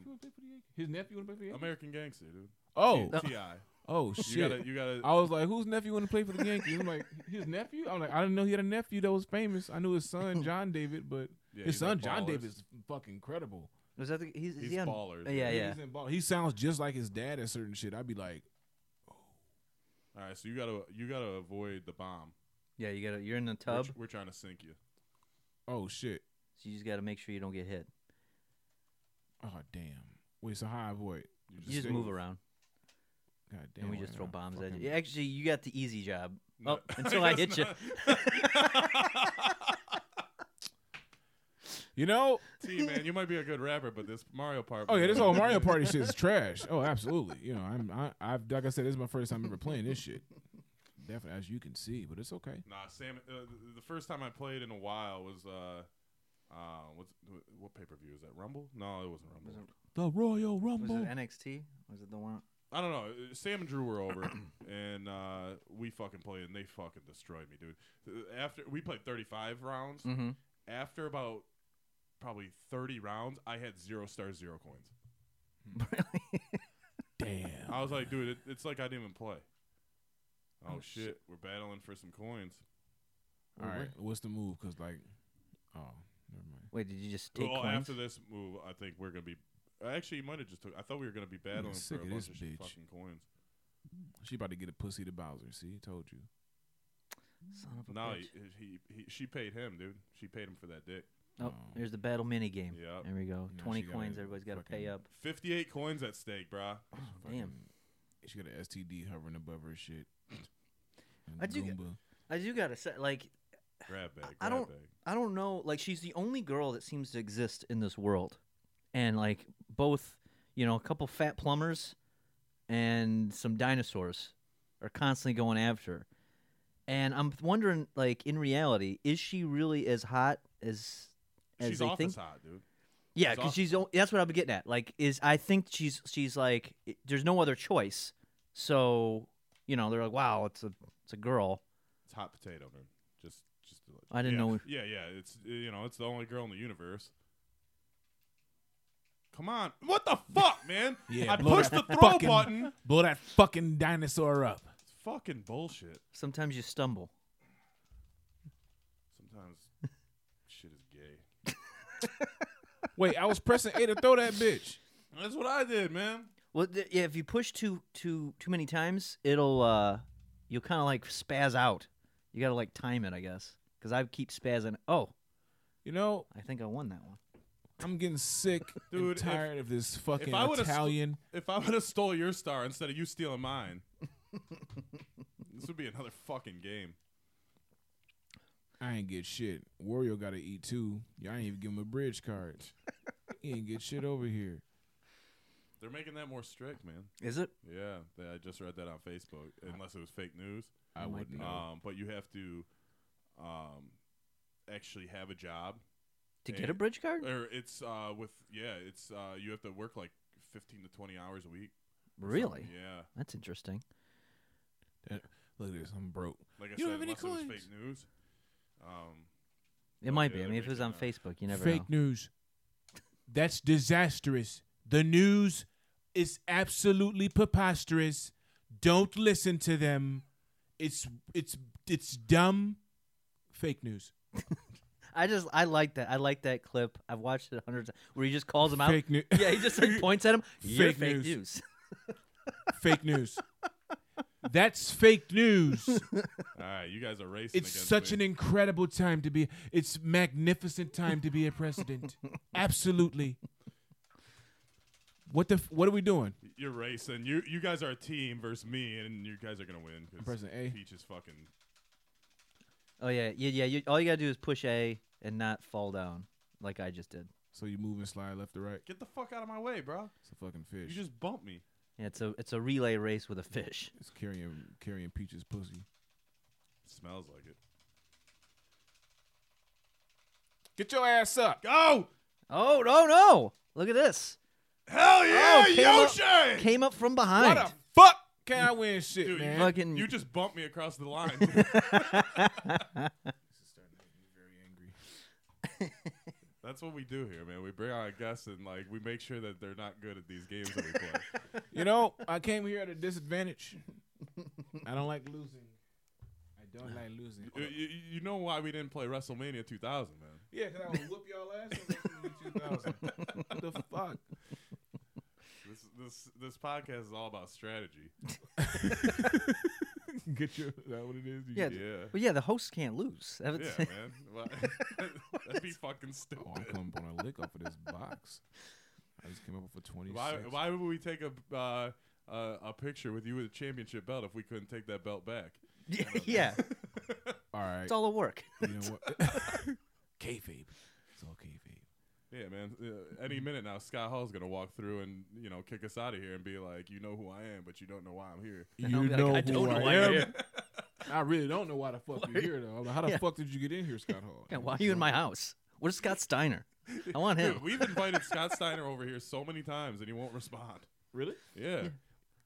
His nephew want to play for the Yankees?
American Gangster, dude.
Oh,
T.I.
Oh
You
shit!
gotta, you gotta.
I was like, whose nephew want to play for the Yankees? I'm like, his nephew. I'm like, I didn't know he had a nephew that was famous. I knew his son John David, but
Yeah,
his
he's like
son John
ballers.
David is fucking incredible.
Was that the, he's, is
He's
he on,
ballers.
Yeah, yeah.
He's in ball. He sounds just like his dad at certain shit. I'd be like,
All right, so you gotta, you gotta avoid the bomb.
Yeah, you gotta you're in the
We're,
tub,
tr- we're trying to sink you.
oh shit,
so you just gotta make sure you don't get hit.
oh damn. Wait, so how I avoid?
You just move around.
God damn.
And we
why
just
not?
throw bombs at
Fucking-
you. Actually, you got the easy job.
No.
Oh, until I hit
That's
you.
You know?
T man, you might be a good rapper, but this Mario part.
Oh yeah, this whole Mario Party shit is trash. Oh, absolutely. You know, I'm I, I've like I said, this is my first time ever playing this shit. Definitely, as you can see, but it's okay.
Nah, Sam. Uh, th- the first time I played in a while was uh, uh, what's wh- what pay per view is that? Rumble? No, it wasn't Rumble.
The Royal
Was it
Rumble.
NXT? Was it the one?
I don't know. Uh, Sam and Drew were over, and uh, we fucking played, and they fucking destroyed me, dude. Uh, After we played thirty five rounds,
Mm-hmm.
after about probably thirty rounds, I had zero stars, zero coins.
Damn.
I was like, dude, it, it's like I didn't even play. Oh, shit. we're battling for some coins.
All right, what's the move? Cause like, oh, never mind.
Wait, did you just take
Oh,
well,
coins?
after this move, I think we're gonna be. Actually, you might have just took. I thought we were gonna be battling for
sick
a
of
bunch
this
of shit
bitch.
fucking coins.
She about to get a pussy to Bowser. See, told you.
Son of a
No,
bitch.
he, he, he, she paid him, dude. She paid him for that dick.
Oh, there's the battle mini game.
Yep.
There we go.
Yeah,
Twenty
she gotta
coins. Everybody's got to pay
fucking-
up.
Fifty-eight coins at stake, brah.
Damn.
Fucking- She got an STD hovering above her shit. And
I do get-
Goomba.
I do gotta say, like,
Grab bag. Grab
I don't-
Bag.
I don't know. Like, she's the only girl that seems to exist in this world, and like both, you know, a couple fat plumbers and some dinosaurs are constantly going after her. And I'm wondering, like, in reality, is she really as hot as as
She's
they
off
think?
his hot, dude.
Yeah,
It's
because
awful.
she's o- that's what I've been getting at. Like, is I think she's she's like i- there's no other choice. So you know they're like, wow, it's a it's a girl.
It's hot potato, man. Just, just. to let you-
I didn't
yeah.
know-
Yeah, yeah. It's uh, you know, it's the only girl in the universe. Come on, what the fuck, man?
Yeah,
I
blow
pushed the
that
throw
fucking-
button.
Blow that fucking dinosaur up.
It's fucking bullshit.
Sometimes you stumble.
Sometimes shit is gay.
Wait, I was pressing A to throw that bitch.
That's what I did, man.
Well, th- yeah, if you push too too too many times, it'll uh you'll kind of like spaz out. You gotta like time it, I guess, because I keep spazzing. Oh,
You know,
I think I won that one.
I'm getting sick,
Dude,
dude.
if-
Tired of this fucking
I would've st-
Italian.
If I would have stole your star instead of you stealing mine, this would be another fucking game.
I ain't get shit. Wario got to eat too. Y'all ain't even give him a bridge card. he ain't get shit over here.
They're making that more strict, man.
Is it?
Yeah, th- I just read that on Facebook. Unless it was fake news,
I
might
wouldn't
be.
know.
um, but you have to um, actually have a job,
To
Eh,
get a bridge card?
or it's uh, with yeah, it's uh, you have to work like fifteen to twenty hours a week. or something.
Really?
Yeah.
That's interesting.
Look at this. I'm broke.
Like I
You don't
said,
have any
unless it was
coins.
fake news. Um,
It might
yeah,
be. I
they're
mean, if it was on
making,
Facebook, you never know.
Fake news. That's disastrous. The news is absolutely preposterous. Don't listen to them. It's it's it's dumb. Fake news.
I just I like that. I like that clip. I've watched it hundreds of Where he just calls him out.
Fake news.
Yeah, he just like points at him. You're
Fake
fake
news.
news.
fake news. That's fake news.
all right, you guys are racing.
It's
against
such
me.
an incredible time to be. It's magnificent time to be a president. Absolutely. What the? f- What are we doing?
You're racing. You you guys are a team versus me, and you guys are gonna win. 'cause
pressing A.
Peach is fucking.
Oh yeah, yeah, yeah. You, all you gotta do is push A and not fall down like I just did.
So you move and slide left to right.
Get the fuck out of my way, bro.
It's a fucking
You
fish.
just bumped me.
Yeah, it's a it's a relay race with a fish.
it's carrying carrying peaches pussy.
Smells like it.
Get your ass up.
Go!
Oh no no! Look at this.
Oh,
Hell yeah,
came up-
Yoshi!
Came up from
What
behind.
the fuck? Can I win shit,
Dude,
man?
you,
Fucking-
you just bumped me across the line. dude.
This is starting to make me very angry.
That's That's what we do here, man. We bring our guests and like we make sure that they're not good at these games that we play.
You know, I came here at a disadvantage. I don't like losing. I don't like losing.
you, you, you know why we didn't play WrestleMania 2000, man?
Yeah, because I would whoop y'all ass in 2000. What the fuck?
This this this podcast is all about strategy.
Get your, is that what it is? You-
Yeah.
Yeah.
Well, yeah, the host can't lose. That would-
Yeah, man. Why- That'd be fucking
Oh, I
stupid.
come up on a lick off of this box. I just came up with a 26.
Why why would we take a uh, uh, a picture with you with a championship belt if we couldn't take that belt back?
yeah, yeah.
All right.
It's all a work.
You know what? kayfabe. It's all kayfabe.
Yeah, man. Uh, any minute now, Scott Hall's gonna walk through and you know kick us out of here and be like, "You know who I am, but you don't know why I'm here."
I'll be
You
like,
know
I
who
don't know why
I
you're
am. I really don't know why the fuck you're here, though. I'm like, How the
Yeah.
fuck did you get in here, Scott Hall?
Yeah, why are you in my house? Where's Scott Steiner? I want him.
Dude, we've invited Scott Steiner over here so many times and he won't respond.
Really?
Yeah.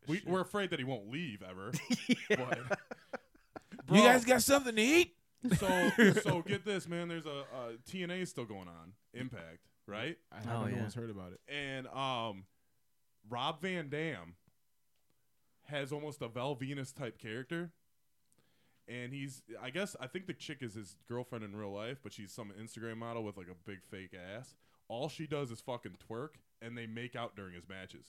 We, we're afraid that he won't leave ever. But
You guys got something to eat?
so so get this, man. There's a, a TNA still going on, Impact, right?
I haven't
Oh, yeah.
almost heard about it.
And um, Rob Van Dam has almost a Val Venus type character, and he's I guess I think the chick is his girlfriend in real life, but she's some Instagram model with like a big fake ass. All she does is fucking twerk, and they make out during his matches.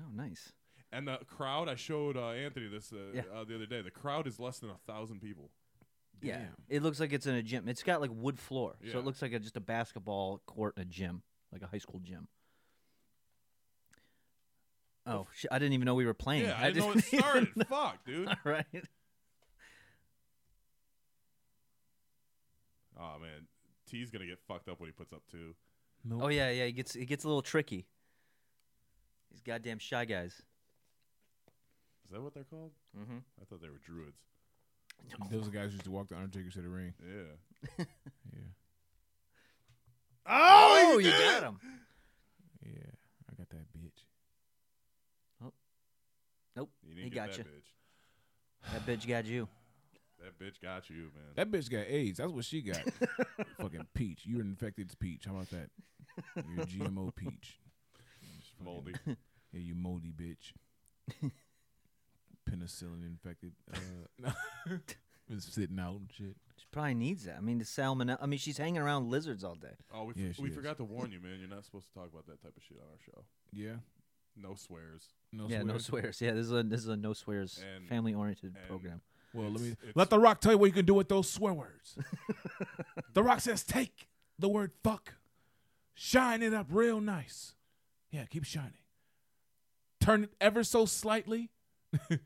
Oh, nice.
And the crowd, I showed uh, Anthony this uh,
Yeah.
uh, the other day. The crowd is less than a thousand people.
Yeah.
Damn.
It looks like it's in a gym. It's got like wood floor. So
Yeah.
it looks like a, just a basketball court in a gym, like a high school gym. Oh, sh- I didn't even know we were playing.
Yeah, I didn't know it started. Fuck, dude.
All right.
Oh man, T's gonna get fucked up when he puts up two.
Nope.
Oh yeah, yeah. It gets it gets a little tricky. These goddamn shy guys.
Is that what they're called?
Mhm.
I thought they were druids.
Those are guys who used to walk the Undertaker to the ring.
Yeah.
Yeah.
Oh, you got him.
Yeah. I got that bitch.
Nope.
You
he
didn't get
got you.
that bitch.
That bitch got you.
That bitch got you, man.
That bitch got AIDS. That's what she got. Fucking peach. You're an infected peach. How about that? You're a GMO peach.
She's moldy.
Yeah, you moldy bitch. Penicillin infected. Uh, no. Been sitting out and shit.
She probably needs that. I mean, the salmonella. I mean, she's hanging around lizards all day.
Oh, we, f-
Yeah, she
we
is.
forgot to warn you, man. You're not supposed to talk about that type of shit on our show.
Yeah.
No swears.
No
yeah, no swears. Yeah, this is a this is a no swears
And-
family oriented
and-
program.
Well, let me
It's-
let the Rock tell you what you can do with those swear words. the Rock says, "Take the word fuck, shine it up real nice. Yeah, keep shining. Turn it ever so slightly, etc.,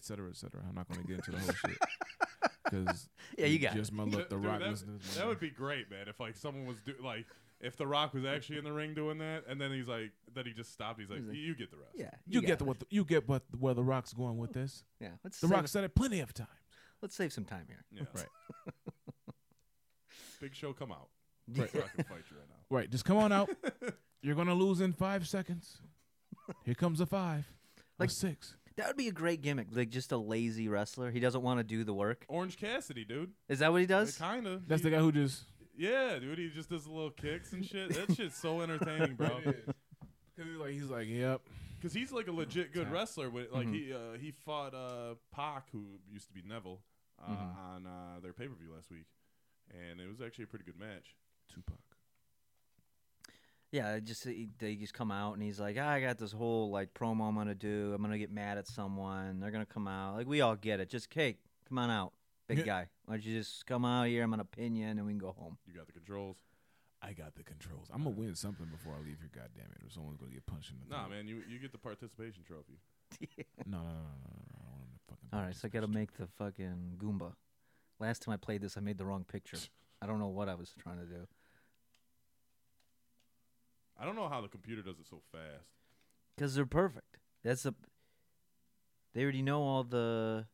cetera, etc." Cetera. I'm not going to get into the whole shit because
Yeah, you got
just my look. The
Dude,
Rock
that,
listeners.
that would be great, man. If like someone was do like if the Rock was actually in the ring doing that, and then he's like, then he just stopped. He's like,
He's like,
you get the rest.
Yeah,
You get
got
the,
it.
what the, you get what where the Rock's going with this.
Yeah, let's
The
save,
Rock said it plenty of times.
let's save some time here.
Yeah.
Right.
Big Show, come out. Right. I can fight you right now.
Right, just come on out. You're gonna lose in five seconds. Here comes a five,
Like-
a six.
That would be a great gimmick. Like just a lazy wrestler. He doesn't want to do the work.
Orange Cassidy, dude.
Is that what he does?
Kind of.
That's the guy who just
Yeah, dude. He just does the little kicks and shit. That shit's so entertaining, bro.
Cause he's like, he's like, yep.
Because he's like a legit good wrestler. With
Mm-hmm.
like he uh, he fought uh, Pac, who used to be Neville, uh,
Mm-hmm.
on uh, their pay per view last week, and it was actually a pretty good match.
Tupac.
Yeah, it just he, they just come out and he's like, "Ah, I got this whole like promo I'm gonna do. I'm gonna get mad at someone. They're gonna come out. Like we all get it. Just cake. Come on out, big
Yeah.
guy. Why don't you just come out here? I'm gonna pin you and then we can go home.
You got the controls.
I got the controls. I'm gonna win something before I leave here. God damn it! Or someone's gonna get punched in the
Nah,
throat.
man, you you get the participation trophy.
No, no, no, no, no, no, no. I don't want him to fucking.
All right, so I gotta make the fucking Goomba. Last time I played this, I made the wrong picture. I don't know what I was trying to do.
I don't know how the computer does it so fast.
Because they're perfect. That's the. They already know all the.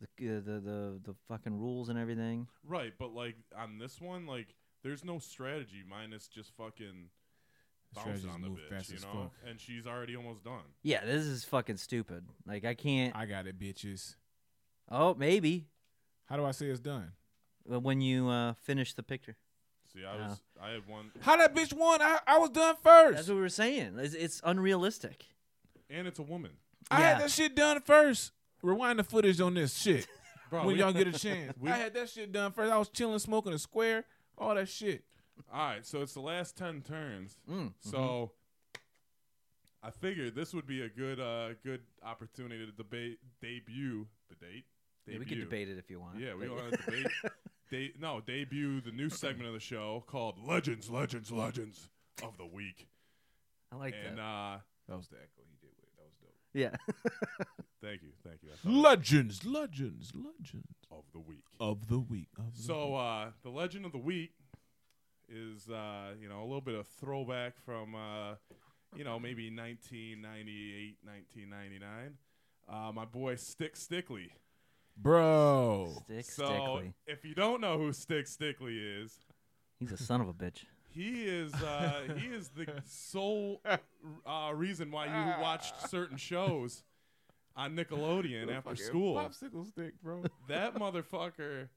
The, uh, the the the fucking rules and everything.
Right, but like on this one, like there's no strategy minus just fucking
The
bouncing
strategy's
on the
move
bitch,
fast
you
as
know.
fuck.
And she's already almost done.
Yeah, this is fucking stupid. Like I can't.
I got it, bitches.
oh, maybe
How do I say it's done?
uh, when you uh, finish the picture.
See, I was I had one,
How that bitch won? I, I was done first.
That's what we were saying. It's, it's unrealistic.
and it's a woman.
I
Yeah.
had that shit done first. Rewind the footage on this shit
Bro,
when
we-
y'all get a chance.
we-
I had that shit done first. I was chilling, smoking a square, all that shit.
All right, so it's the last ten turns.
Mm,
So I figured this would be a good uh good opportunity to debate debut debate
Yeah,
debut.
we could debate it if you want.
Yeah, we
but-
want to debate. De- no, debut the new segment of the show called Legends, Legends, Legends of the Week.
I like
and
that.
uh
That was the echo he did with. it. That was dope.
yeah.
thank you, thank you. I thought it was
Legends, legends, legends
of the week.
of the week. Of the
So uh, the legend of the week is uh, you know a little bit of throwback from uh, you know maybe 1998, 1999. Uh, my boy Stick Stickley.
bro,
Stick
so
Stickly.
if you don't know who Stick Stickley is,
He's a son of a bitch.
he is uh, he is the sole uh, reason why you watched certain shows on Nickelodeon after school.
popsicle stick, bro.
that motherfucker.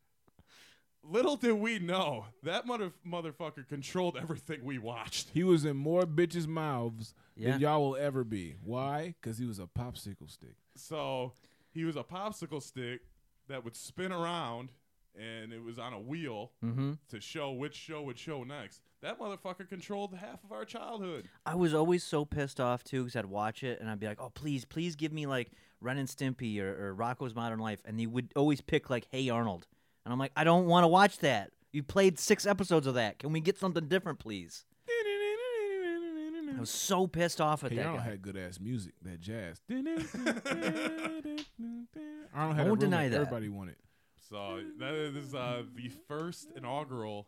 Little did we know that mother motherfucker controlled everything we watched.
he was in more bitches' mouths
Yeah.
than y'all will ever be. Why? Because he was a popsicle stick.
So he was a popsicle stick that would spin around, and it was on a wheel
Mm-hmm.
to show which show would show next. That motherfucker controlled half of our childhood.
I was always so pissed off too because I'd watch it and I'd be like, "Oh, please, please give me like Ren and Stimpy or, or Rocco's Modern Life," and they would always pick like Hey Arnold, and I'm like, "I don't want to watch that. You played six episodes of that. Can we get something different, please?" I was so pissed off at
Hey,
that
Arnold
guy.
had good ass music, that jazz. Arnold
I
had
won't
a room
deny
that
that.
everybody wanted.
So that is uh, the first inaugural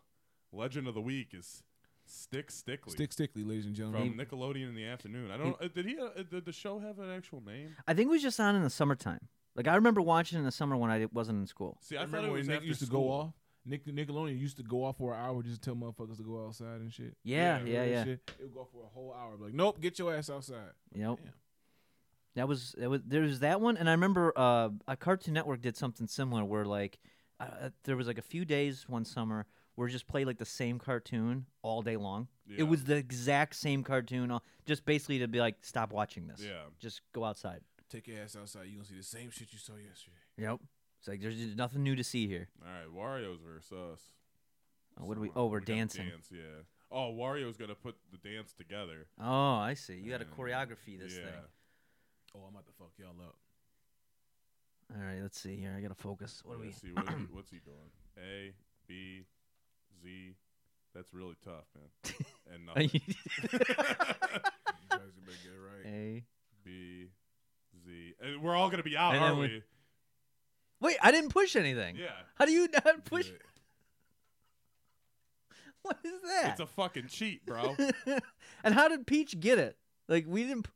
legend of the week is Stick Stickley
Stick Stickly, ladies and
from
gentlemen.
Nickelodeon in the afternoon. I don't uh, did he uh, did the show have an actual name?
I think it was just on in the summertime. Like I remember watching it in the summer when I wasn't in school.
See, I,
I
thought it
remember
was
when Nick
after
used to
school.
go off. Nick Nickelodeon used to go off for an hour just to tell motherfuckers to go outside and shit.
Yeah,
Remember
yeah,
that
yeah.
shit? It would go for a whole hour. Be Like, nope, get your ass outside.
Yep.
Yeah.
That was that was there was that one, and I remember uh, a Cartoon Network did something similar where like uh, uh, there was like a few days one summer where it just played like the same cartoon all day long.
Yeah.
It was the exact same cartoon, all, just basically to be like, stop watching this.
Yeah.
Just go outside.
Take your ass outside. You gonna see the same shit you saw yesterday.
Yep. It's like there's just nothing new to see here.
All right, Wario's versus us.
Oh, what do we?
Somehow.
Oh, we're
gotta
dancing.
Dance, yeah. Oh, Wario's gonna put the dance together.
Oh, I see. You got to
And-
choreography this
yeah.
thing.
Oh, I'm about to fuck y'all up.
All right, let's see here. I gotta focus. What do we?
Let's see what he, what's he doing? A, B, Z. That's really tough, man. And nothing.
You guys better get it right.
A.
B, Z. And we're all gonna be out,
And then
aren't we?
we- Wait, I didn't push anything.
Yeah.
How do you not push?
Good.
What is that?
It's a fucking cheat, bro.
and how did Peach get it? Like we didn't.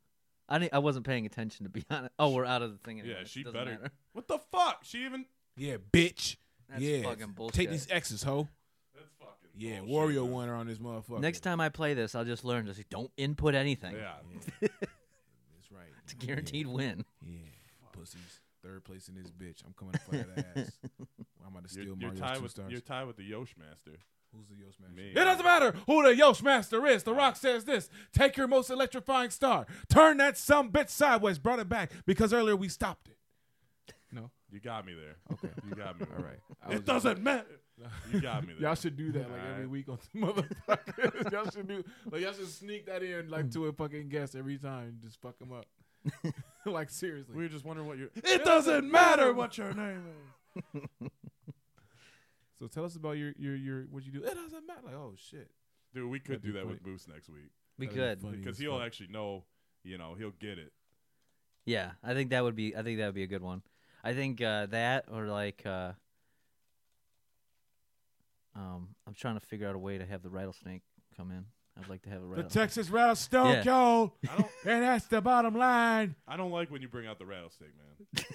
I didn't, I wasn't paying attention to be honest. Oh, we're out of the thing. Anyway.
yeah, she
Doesn't
better.
matter.
What the fuck? She even?
Yeah, bitch.
That's
yeah.
fucking bullshit.
Take these X's, ho.
That's fucking.
Yeah,
bullshit,
Wario
man.
won her on this motherfucker.
Next time I play this, I'll just learn just don't input anything.
Yeah.
That's right.
It's a guaranteed win.
Yeah. Pussies. Third place in this bitch. I'm coming up for that ass. I'm about to
You're, you're
steal Mario's
tied
two
with
stars.
you're tied with the Yosh Master.
Who's the Yost Master?
Me.
It doesn't matter who the Yost Master is. The Rock says this. Take your most electrifying star. Turn that some bitch sideways. Brought it back because earlier we stopped it. No.
You got me there.
Okay.
You got me.
All right. I was
It
just-
doesn't matter. You got me there.
Y'all should do that like every
Alright.
week on some motherfuckers. y'all should do like y'all should sneak that in like to a fucking guest every time and just fuck them up. like seriously.
We were just wondering what your. It doesn't matter what your name is.
so tell us about your your your what you do. It doesn't matter. Like, oh shit.
Dude, we could
That'd be
do that with
funny.
Moose next week
We
That'd be
could.
funny
because
as
he'll
fuck.
actually know. You know, he'll get it.
Yeah, I think that would be. I think that would be a good one. I think uh, that or like. Uh, um, I'm trying to figure out a way to have the rattlesnake come in. I'd like to have a
the
rattlesnake.
Texas
Yeah.
Rattlesnake, yo,
I don't.
and that's the bottom line.
I don't like when you bring out the rattlesnake, man.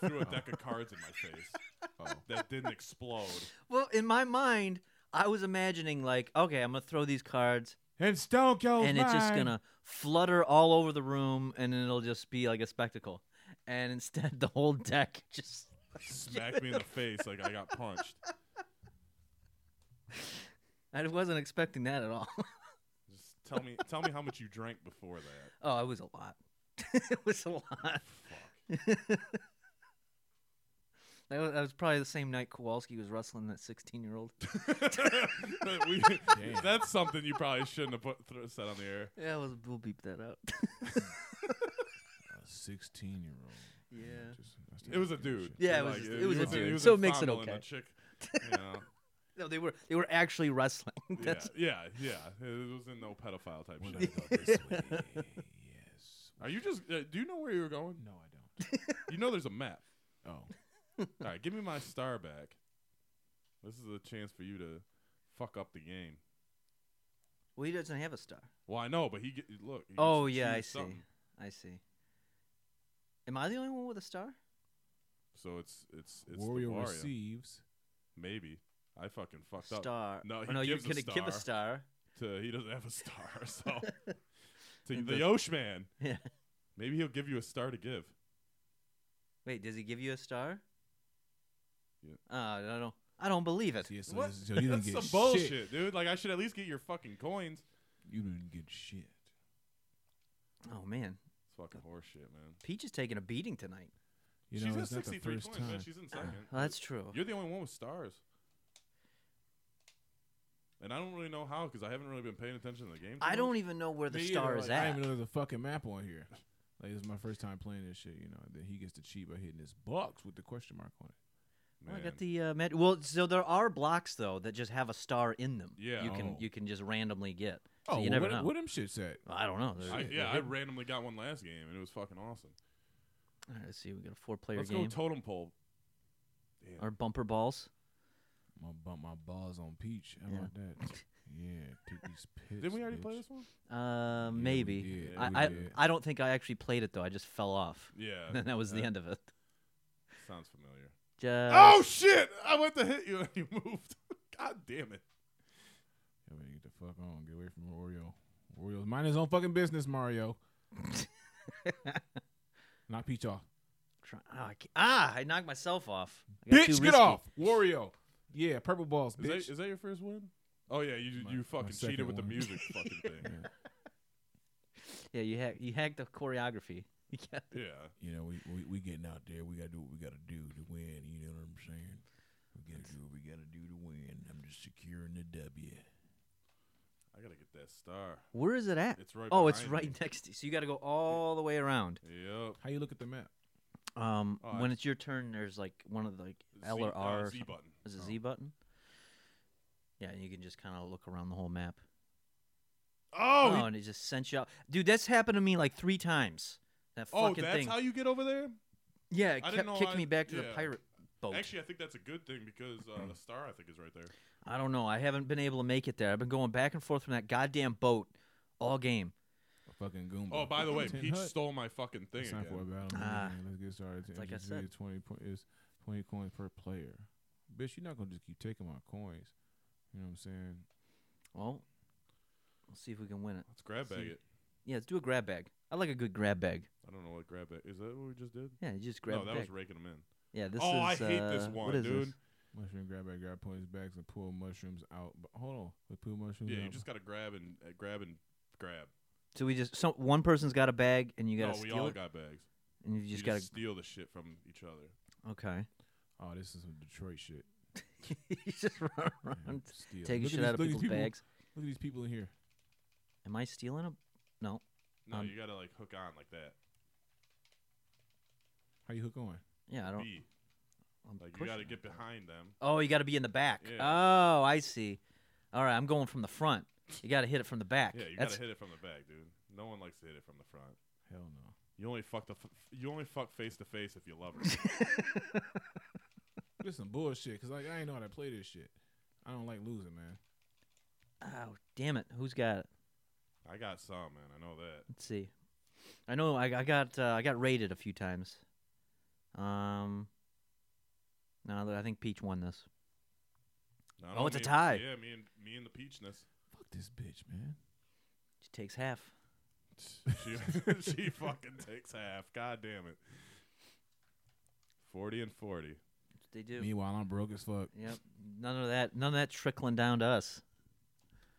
You threw a deck of cards in my face
Oh.
that didn't explode.
Well, in my mind, I was imagining like, okay, I'm gonna throw these cards,
And Stone Cold,
and it's just gonna flutter all over the room, and it'll just be like a spectacle. And instead, the whole deck just.
Smacked me in the face like I got punched.
I I wasn't expecting that at all.
Just tell me, tell me how much you drank before that.
Oh, it was a lot. it was a lot.
Fuck.
That was, that was probably the same night Kowalski was wrestling that 16 year old.
But we- that's something you probably shouldn't have put, thro- said on the air.
Yeah, we'll, we'll beep that out.
A sixteen-year-old.
yeah.
It was a dude.
Yeah, it
Like, uh,
was- it was a
he
dude,
he was
so it makes it
fondling a
okay.
chick, you know.
No, they were they were actually wrestling.
yeah,
That's
yeah, yeah. It was in no pedophile type
When I
shit.
go this way, yes.
Are you just? Uh, do you know where you were going?
No, I
You know, there's a map.
don't. Oh,
All right, give me my star back. This is a chance for you to fuck up the game.
well, he doesn't have a star.
Well, I know, but he get, look. he
Oh
gets to
yeah, I
choose
see.
something.
I see. Am I the only one with a star?
So it's it's it's
Warrior
Warrior.
receives. Maybe.
Maybe I fucking fucked up.
Star.
No, he
oh, no, you're
gives a
gonna give a star.
To, he doesn't have a star, so to
It
the
does-
Yosh man.
Yeah.
Maybe he'll give you a star to give.
Wait, does he give you a star?
Yeah.
Oh, I don't know. I don't believe it.
See, so
What?
this- so you didn't
That's
get
some
shit.
bullshit, dude. Like I should at least get your fucking coins.
You didn't get shit.
Oh man,
It's fucking horseshit, man.
Peach is taking a beating tonight.
You
She's
know,
at
it's not the
63
first
coins,
time.
man. She's in second.
Ah, Well, that's true.
You're the only one with stars. And I don't really know how because I haven't really been paying attention to the game. too
I don't
much.
even know where the
Me either,
star
like,
is
I
at.
didn't even know there's a fucking map on here. Like this is my first time playing this shit, you know. And then he gets to cheat by hitting this box with the question mark on it.
Well, I
Man.
got the uh, med- well. So there are blocks though that just have a star in them.
Yeah.
you can
Oh.
you can just randomly get. So
Oh,
you
well,
never
what,
know.
what them shits at?
Well, I don't know. There's-
I,
All
yeah, I randomly got one last game and it was fucking awesome.
right, let's see. We got a four player
Let's
game.
go totem pole. Damn.
Our bumper balls.
I'm gonna bump my balls on peach. How
Yeah.
about that? yeah, take these pits.
Didn't we already play
bitch.
this one?
Uh,
we
maybe.
did,
I,
we
I,
did.
I don't think I actually played it though. I just fell off.
Yeah.
And that was the
that
end of it.
Sounds familiar.
Just,
Oh shit! I went to hit you and you moved. God damn it!
Yeah, we get the fuck on. Get away from Oreo. Oreo's mind his own fucking business, Mario. Knock Peach off.
Try- ah, I ca- ah, I knocked myself off. I got too
Bitch, get
risky.
off. Wario. Yeah, purple balls,
Is
bitch.
that, is that your first win? Oh yeah, you
My-
you
my
fucking
second
cheated with the
one.
music fucking thing.
Yeah.
Yeah, you hack you hacked the choreography. You got-
Yeah.
You know, we, we we getting out there. We gotta do what we gotta do to win. You know what I'm saying? We gotta do what we gotta do to win. I'm just securing the W.
I gotta get that star.
Where is it at?
It's right.
oh, it's
behind
right
me.
next to you. So you got to go all the way around.
Yep.
How you look at the map?
Um,
Oh,
when
I-
it's your turn, there's like one of the like
Z-
L or
no,
R. or
Z
something.
button. Oh.
Is it Z button? Yeah, and you can just kind of look around the whole map.
Oh, he-
and it just sent you out. Dude, that's happened to me like three times. That
oh,
fucking
that's
thing.
how you get over there.
yeah, it
I didn't
kept
know
kicking
I-
me back to the
yeah.
pirate boat.
Actually, I think that's a good thing because uh,
Hmm.
the star I think is right there.
I don't know. I haven't been able to make it there. I've been going back and forth from that goddamn boat all game.
A fucking
Hmm.
Goomba.
Oh, by the way,
Tin
Peach
Hut.
stole my fucking thing
It's time for a
again.
battle.
Ah.
man. Let's get started. To
like I
like
said.
twenty po- is twenty coins per player. Bitch, you're not gonna just keep taking my coins. You know what I'm saying?
Well, let's see if we can win it.
Let's grab bag
See.
it.
Yeah, let's do a grab bag. I like a good grab bag.
I don't know what grab bag. Is that what we just did?
Yeah, you just grab
no,
a
that
bag.
was raking them in.
yeah, this
oh, I
is.
hate this
uh,
one,
what is
dude.
This?
Mushroom grab bag, grab points back, and pull mushrooms out. But hold on, we pull mushrooms.
Yeah,
out.
you just gotta grab and uh, grab and grab.
So we just so one person's got a bag and you
No,
gotta
we
steal
all
it,
got bags.
and you
You
just
just
gotta
steal the shit from each other.
okay.
oh, this is some Detroit shit.
you just run around
Steal.
taking
Look at
shit
these-
out of
look at these
people's
people-
bags.
Look at these people in here.
Am I stealing a? No.
No,
Um,
you gotta like hook on like that.
How you hook on?
Yeah, I don't.
B.
I'm
Like you
pushing
gotta
it.
get behind them.
Oh, you got to be in the back.
Yeah.
Oh, I see. All right, I'm going from the front. You got to hit it from the back.
Yeah, you
That's
gotta hit it from the back, dude. No one likes to hit it from the front.
Hell no.
You only fuck the f- you only fuck face to face if you love her.
This some bullshit. Cause like I ain't know how to play this shit. I don't like losing, man.
oh, damn it. Who's got it?
I got some, man. I know that.
Let's see. I know I, I got uh, I got raided a few times. Um. No, I think Peach won this.
No, I
Oh,
know
it's a
me-
tie.
Yeah, me and me and the peachness.
Fuck this bitch, man.
She takes half.
She she fucking takes half. God damn it. Forty and forty.
They do.
Meanwhile, I'm broke as fuck.
Yep. None of that. None of that trickling down to us.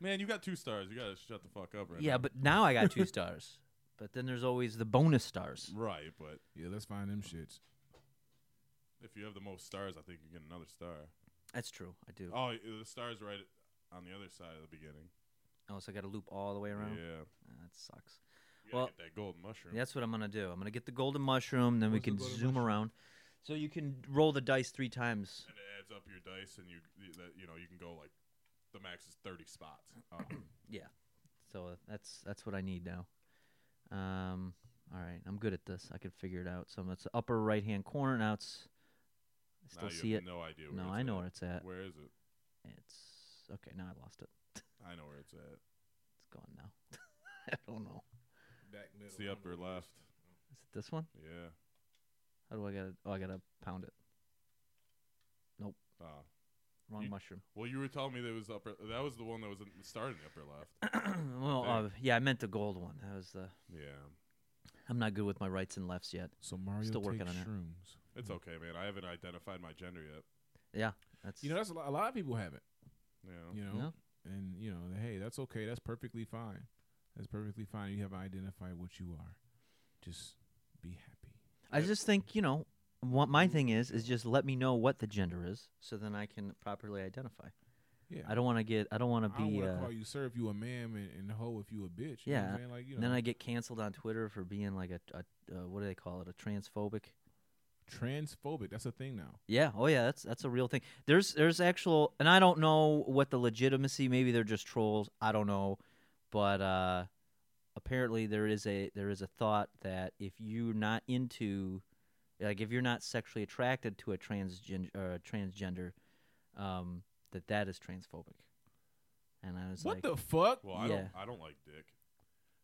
Man, you got two stars. You gotta shut the fuck up right
yeah,
now.
but now I got two stars. But then there's always the bonus stars.
right, but
Yeah, let's find them shits.
if you have the most stars, I think you get another star.
That's true. I do.
Oh, y- the stars right on the other side of the beginning.
Oh, so I got to loop all the way around.
Yeah,
Ah, that sucks.
you gotta
Well-
get that golden mushroom.
That's what I'm gonna do. I'm gonna get the golden mushroom, then
What's the
we can
golden
zoom
mushroom?
around. So you can roll the dice three times.
and it adds up your dice, and you you- that- you know you can go like the max is thirty spots. Oh,
Yeah. So that's that's what I need now. Um. All right, I'm good at this. I can figure it out. So that's the upper right hand corner. Now it's. I
now
still
you
see
have
it.
No idea. Where
No,
it's
I know
at.
where it's at.
Where is it?
It's okay. Now I lost it.
I know where it's at.
It's gone now. I don't know.
Back middle.
It's the upper left.
Is it this one?
Yeah.
How do I gotta? Oh, I gotta pound it.
Oh.
Wrong
You-
mushroom.
Well, you were telling me that was upper. That was the one that was in, started in the upper left.
well,
There.
uh, yeah, I meant the gold one. That was the.
yeah.
I'm not good with my rights and lefts yet.
So Mario
Still working
takes
on it.
shrooms.
Mm.
It's okay, man. I haven't identified my gender yet.
Yeah, that's
You know, that's a lot, a lot of people haven't.
You know?
You know, and you know, hey, that's okay. That's perfectly fine. That's perfectly fine. You have identified what you are. Just be happy.
I just think you know what my
Mm-hmm.
thing is is just let me know what the gender is so then I can properly identify.
Yeah.
I don't want to get. I don't want to
I don't
be.
want
Uh,
to call you sir if you a ma'am and, and hoe if you a bitch. You know what
Yeah,
I'm saying? like you know,
and then I get canceled on Twitter for being like a, a uh, what do they call it? A transphobic.
transphobic. That's a thing now.
Yeah. Oh yeah. That's that's a real thing. There's there's actual, and I don't know what the legitimacy. Maybe they're just trolls. I don't know, but uh, apparently there is a there is a thought that if you're not into, like if you're not sexually attracted to a transgen or a transgender, um, that that is transphobic. And I was
what
like,
the fuck?
Well, I don't.
Yeah.
I don't like dick.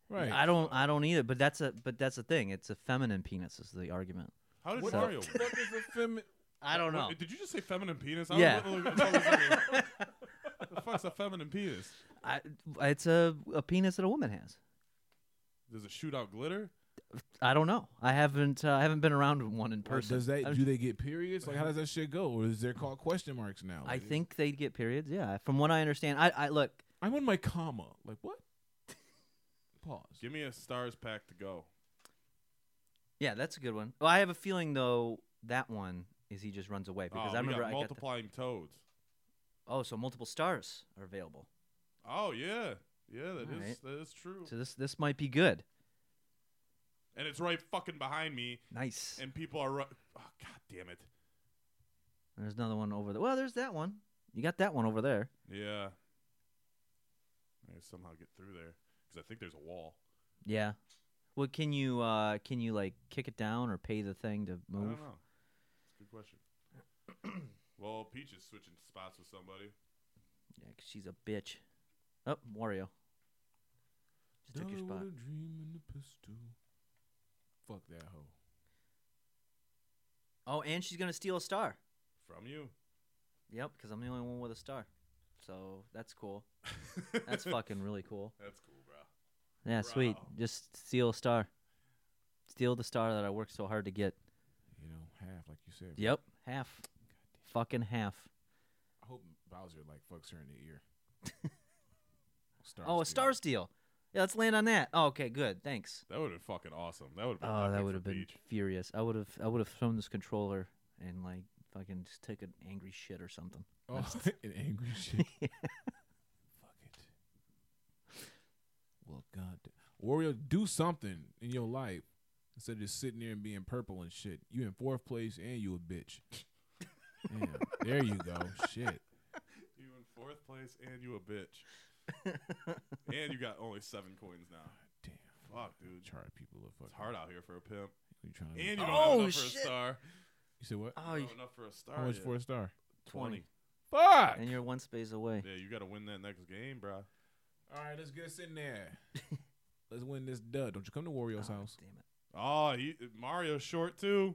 Right.
I don't I don't either. But that's a but that's the thing. It's a feminine penis is the argument.
How did
what
Mario?
the fuck is a femi-
I don't know.
What, did you just say feminine penis?
Yeah.
I was, I was like, the fuck's a feminine penis?
I, it's a a penis that a woman has.
Does it shoot out glitter?
I don't know. I haven't. Uh, I haven't been around one in
Or
person.
Does that
I,
do they get periods? Like how does that shit go? Or is there called question marks now?
I
Like,
think they get periods. Yeah, from what I understand. I, I look.
I'm on my comma. Like what? Pause.
Give me a stars pack to go.
Yeah, that's a good one. Well, I have a feeling though that one is he just runs away because
oh,
I
we
remember
got
I got the,
multiplying toads.
oh so multiple stars are available.
Oh yeah, yeah, that is
All right.
that is true.
So this this might be good.
And it's right fucking behind me,
Nice.
and people are. Ru- oh, God damn it!
There's another one over there. Well, there's that one. You got that one over there.
Yeah, I somehow get through there because I think there's a wall.
Yeah. Well, can you uh can you like kick it down or pay the thing to
I
move?
don't know. It's a good question. well, Peach is switching spots with somebody.
Yeah, 'cause she's a bitch. Oh, Wario. Just took your
Dollar
spot.
with a dream and a pistol. Fuck that hoe.
Oh, and she's gonna steal a star.
From you.
Yep, because I'm the only one with a star. So that's cool. That's fucking really cool.
That's cool, bro.
Yeah, sweet.
Bro.
Just steal a star. Steal the star that I worked so hard to get.
You know, half like you said.
Yep, half. Fucking half.
I hope Bowser like fucks her in the ear. Star
Oh, a
Steel.
star steal. Yeah, let's land on that. Oh, okay, good. Thanks.
That would have been fucking awesome. That would have been.
Oh,
epic
that
for
would have been
Peach.
furious. I would have I would have thrown this controller and like fucking just took an angry shit or something.
Oh, an angry shit. Fuck it. Well, God, Wario, do something in your life instead of just sitting there and being purple and shit. You in fourth place and you a bitch. Damn, there you go. Shit.
You in fourth place, and you a bitch. and you got only seven coins now.
Damn.
Fuck, dude.
Char people are fucking.
It's hard out here for a pimp.
You trying to?
And you don't have
Oh,
enough for
shit.
a star.
you said what?
Oh,
Oh,
you-
not enough for a star.
How much
yet.
for a star?
Twenty.
Fuck.
and you're one space away.
Yeah, you got to win that next game, bro.
All right, let's get us in there. let's win this dud. Don't you come to Wario's
Oh,
house?
damn it.
Oh, he, Mario's short too.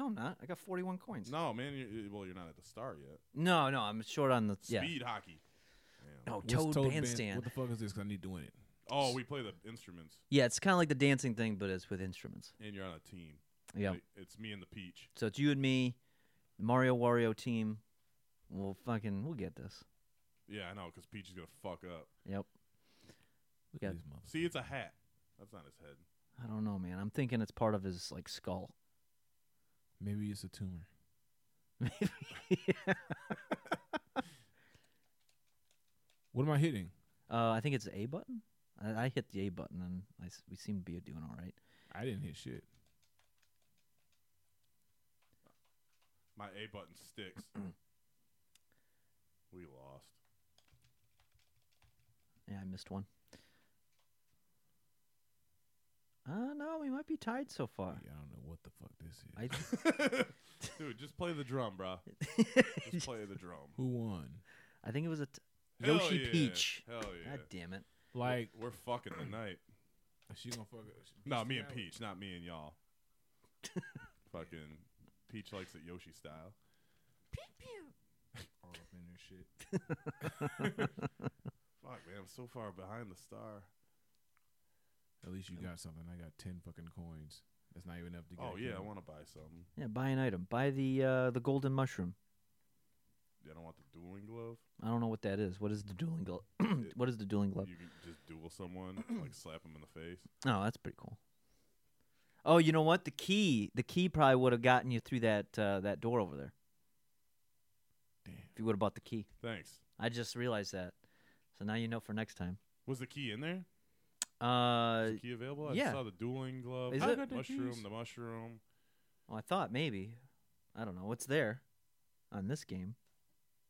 No, I'm not. I got 41 coins.
No, man. You, well, you're not at the star yet.
No, no, I'm short on the yeah.
Speed hockey.
No,
What's
Toad,
Toad Band-
Bandstand.
What the fuck is this? 'Cause I need to win it.
Oh, we play the instruments,
yeah, it's kind of like the dancing thing, but it's with instruments.
and you're on a team.
Yeah.
Like, it's me and the Peach.
So it's you and me, Mario Wario team. We'll fucking we'll get this.
Yeah, I know, because Peach is gonna fuck up.
Yep.
Look
Yeah.
at this motherfucker.
See, it's a hat. That's not his head.
I don't know, man. I'm thinking it's part of his like skull.
Maybe it's a tumor. What am I hitting?
uh, I think it's the A button. I, I hit the A button and I s we seem to be doing all right.
I didn't hit shit.
My A button sticks. we lost.
Yeah, I missed one. Uh no, we might be tied so far.
Yeah, I don't know what the fuck this is.
Uh. I
Dude, just play the drum, bro. Just play the drum.
Who won?
I think it was a t-
Hell
Yoshi
yeah.
Peach.
Hell yeah.
God damn it.
Like
We're fucking the night.
she gonna fuck?
No, me and Peach, not me and y'all. fucking Peach likes it Yoshi style.
All up in her shit.
Fuck, man, I'm so far behind the star.
At least you got something. I got ten fucking coins. That's not even enough to get.
Oh
a
yeah, I
kill.
want to buy something.
Yeah, buy an item. Buy the uh, the golden mushroom.
I don't want the dueling glove.
I don't know what that is. What is the dueling glove? what is the dueling glove?
You can just duel someone, like slap them in the face.
Oh, that's pretty cool. Oh, you know what? The key, the key probably would have gotten you through that uh, that door over there. If you would have bought the key,
Thanks.
I just realized that. So now you know for next time.
Was the key in there?
Uh,
Is the key available? I
yeah.
saw the dueling glove.
Is
I
it?
got the mushroom, the mushroom.
well, I thought maybe. I don't know what's there on this game.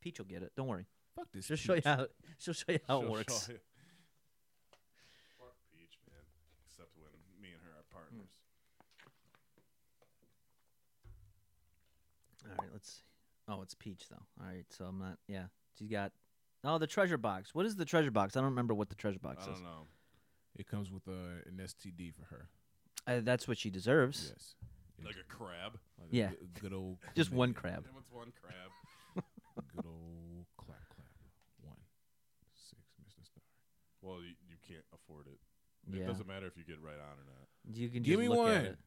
Peach will get it. Don't worry.
Fuck this.
She'll show you
Peach.
how. She'll show you how it
She'll
works.
show you. Fuck Peach, man. Except when me and her are partners.
All right, let's. see. Oh, it's Peach though. All right, so I'm not. Yeah, she's got. Oh, the treasure box. What is the treasure box? I don't remember what the treasure box
I
is.
don't know.
It comes with uh, an STD for her.
Uh, that's what she deserves.
Yes. It-
Like a crab.
like
Yeah.
A good, good old.
Just
clinic.
one crab.
What's one crab?
Good old clap clap. One. Six, Mr. Star.
Well, you, you can't afford it. It
Yeah.
doesn't matter if you get right on or not.
You can
Give
just
me
look
one.
at it.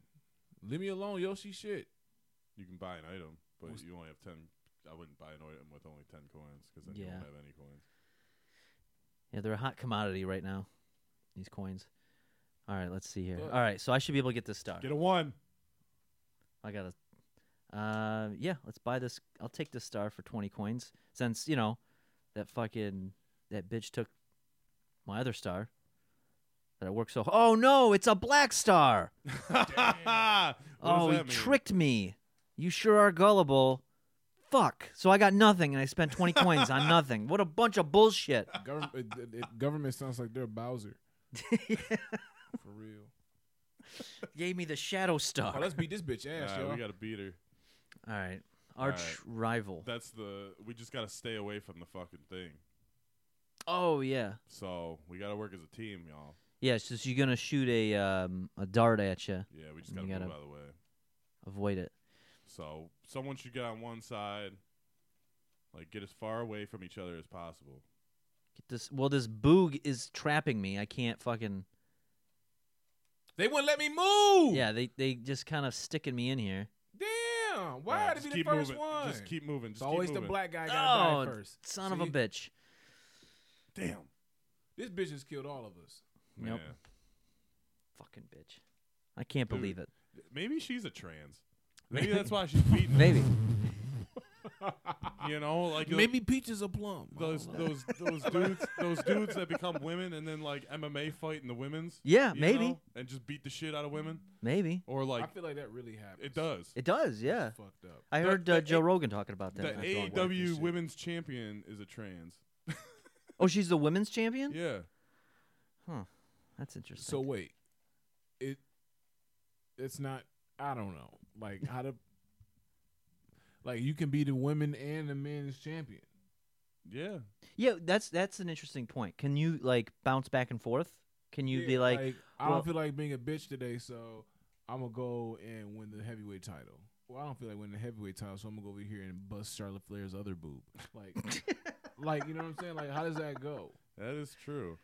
Leave me alone, Yoshi. Shit.
You can buy an item, but
What's-
you only have 10. I wouldn't buy an item with only 10 coins because then you
Yeah.
don't have any coins.
Yeah, they're a hot commodity right now. These coins. All right, let's see here.
Look.
All right, so I should be able to get this star.
Get a one.
I gotta. Uh, yeah, let's buy this. I'll take this star for twenty coins, since you know that fucking that bitch took my other star that I worked so. Oh no, it's a black star. oh, he tricked me. You sure are gullible. Fuck. So I got nothing, and I spent twenty coins on nothing. What a bunch of bullshit.
Government. it, it- government sounds like they're Bowser. For real.
Gave me the shadow star.
Oh, let's beat this bitch ass,
Nah,
y'all.
we got a beater.
All right.
right.
Arch rival.
That's the. We just got to stay away from the fucking thing.
oh yeah.
So we got to work as a team, y'all.
Yeah, so you're going to shoot a um, a dart at you.
Yeah, we just
You
got to move
gotta-
out of the way.
Avoid it.
So someone should get on one side, like get as far away from each other as possible.
Get this well this boog is trapping me. I can't fucking
they wouldn't let me move.
Yeah, they they just kind of sticking me in here.
Damn. Why
Yeah,
had to
just
be the
keep
first
moving.
one?
Just keep moving.
It's
Just keep
always
moving.
the black guy got to
oh,
die first.
son of a
See?
bitch.
Damn.
This bitch has killed all of us.
Yep.
Yeah.
Fucking bitch. I can't
Dude.
believe it.
Maybe she's a trans. Maybe that's why she's beating. us.
Maybe.
You know, like the-
Maybe Peach is a plum.
those those those dudes those dudes that become women and then like MMA fight in the women's.
Yeah,
you
maybe.
know, and just beat the shit out of women
Maybe.
or
I
like
feel like that really happened.
it does.
It does, yeah.
It's fucked up.
I
The-
heard uh,
the
Joe
A-
Rogan talk about
The
that.
I don't like this
AEW
shit.
women's champion is a trans.
oh, she's the women's champion?
Yeah.
That's interesting.
So wait, it it's not. I don't know. Like how to like you can be the women and the men's champion.
Yeah.
Yeah, that's that's an interesting point. Can you like bounce back and forth? Can you be
Yeah,
like,
I
well-
don't feel like being a bitch today, so I'm gonna go and win the heavyweight title. Well, I don't feel like winning the heavyweight title, so I'm gonna go over here and bust Charlotte Flair's other boob. Like, like you know what I'm saying? Like, how does that go?
That is true.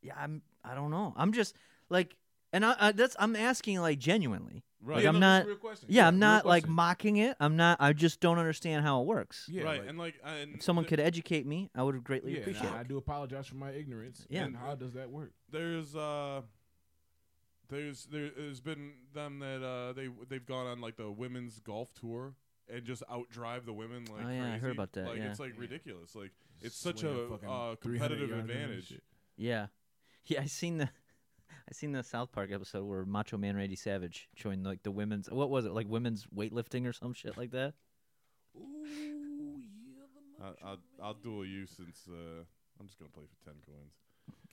yeah, I'm I don't know. I'm just like And I, I that's I'm asking like genuinely.
Right.
Like
Yeah,
I'm
no,
not.
that's a real question.
Yeah, I'm
real
not like
question.
mocking it. I'm not. I just don't understand how it works.
Yeah,
right,
like-
and like, and
If someone
th-
could educate me, I would greatly
yeah, and
appreciate
I, I
it.
do apologize for my ignorance.
Yeah.
And how does that work?
there's uh there's there, there's been them that uh they they've gone on like the women's golf tour and just outdrive the women like
Oh, yeah, I heard
crazy.
about that,
like
yeah.
it's like ridiculous like it's such
Swing
a
fucking
uh,
300
competitive
yarder and
advantage
shit.
Yeah, yeah. I seen the, I seen the South Park episode where Macho Man Randy Savage joined like the women's. What was it like women's weightlifting or some shit like that?
I, I'll, I'll duel you since uh I'm just gonna play for ten coins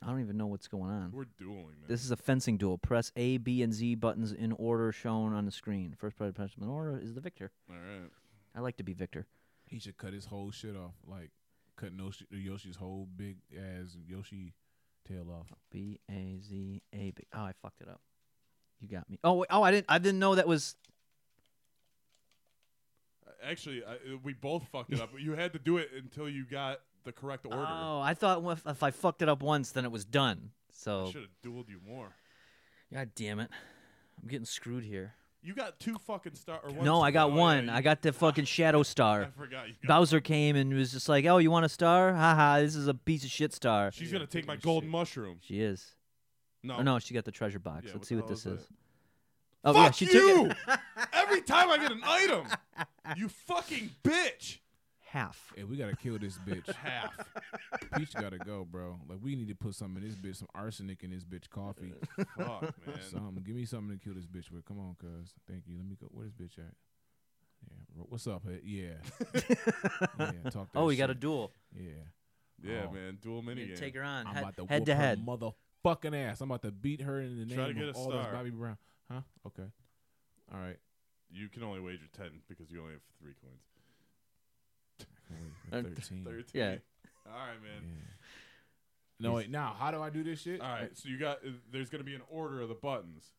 I don't even know what's going on.
we're dueling man
This is a fencing duel. Press A, B, and Z buttons in order shown on the screen. First player to press them in order is the victor.
all right
I like to be victor.
He should cut his whole shit off, like cut Yoshi, Yoshi's whole big ass Yoshi tail off.
B A Z A B. Oh, I fucked it up. You got me. Oh, wait, oh, I didn't. I didn't know that was.
actually I, uh, we both fucked it up you had to do it until you got the correct order
Oh, I thought if, if I fucked it up once, then it was done.
I
So,
should have dueled you more
god damn it, I'm getting screwed here.
you got two fucking star or one
No, I
star-
got
oh, yeah,
one.
you-
I got the fucking shadow
I
star.
forgot you got
Bowser came and was just like, "Oh, you want a star? Haha, this is a piece of shit star."
She's gonna take my golden mushroom.
She is.
No,
Oh no, she got the treasure box.
Yeah,
Let's
what
see
the
what
hell
this
is
is.
that?
Oh
Fuck
yeah, she
you!
took it.
Every time I get an item, you fucking bitch.
half.
Hey, we gotta kill this bitch.
Half.
Peach gotta go, bro. Like we need to put something in this bitch, some arsenic in this bitch coffee.
Fuck, man.
Something. Give me something to kill this bitch with. Come on, cuz. Thank you. Let me go. Where this bitch at? Yeah. Ro- What's up? Hey, Yeah. yeah. Talk.
Oh,
that
we got a
shit.
duel.
Yeah.
Yeah,
Oh.
man. Dual
You
minigame.
Take her on
I'm
head,
about to
head
whoop
to
her
head.
motherfucking ass. I'm about to beat her in the name
Try to get
of
a
all those
star.
Bobby Brown. Huh? Okay. All right.
You can only wager ten because you only have three coins.
Wait,
Uh,
Thirteen.
Thirteen.
Yeah.
All right,
Yeah.
man.
No wait. Now, how do I do this shit?
All right. So you got. There's gonna be an order of the buttons.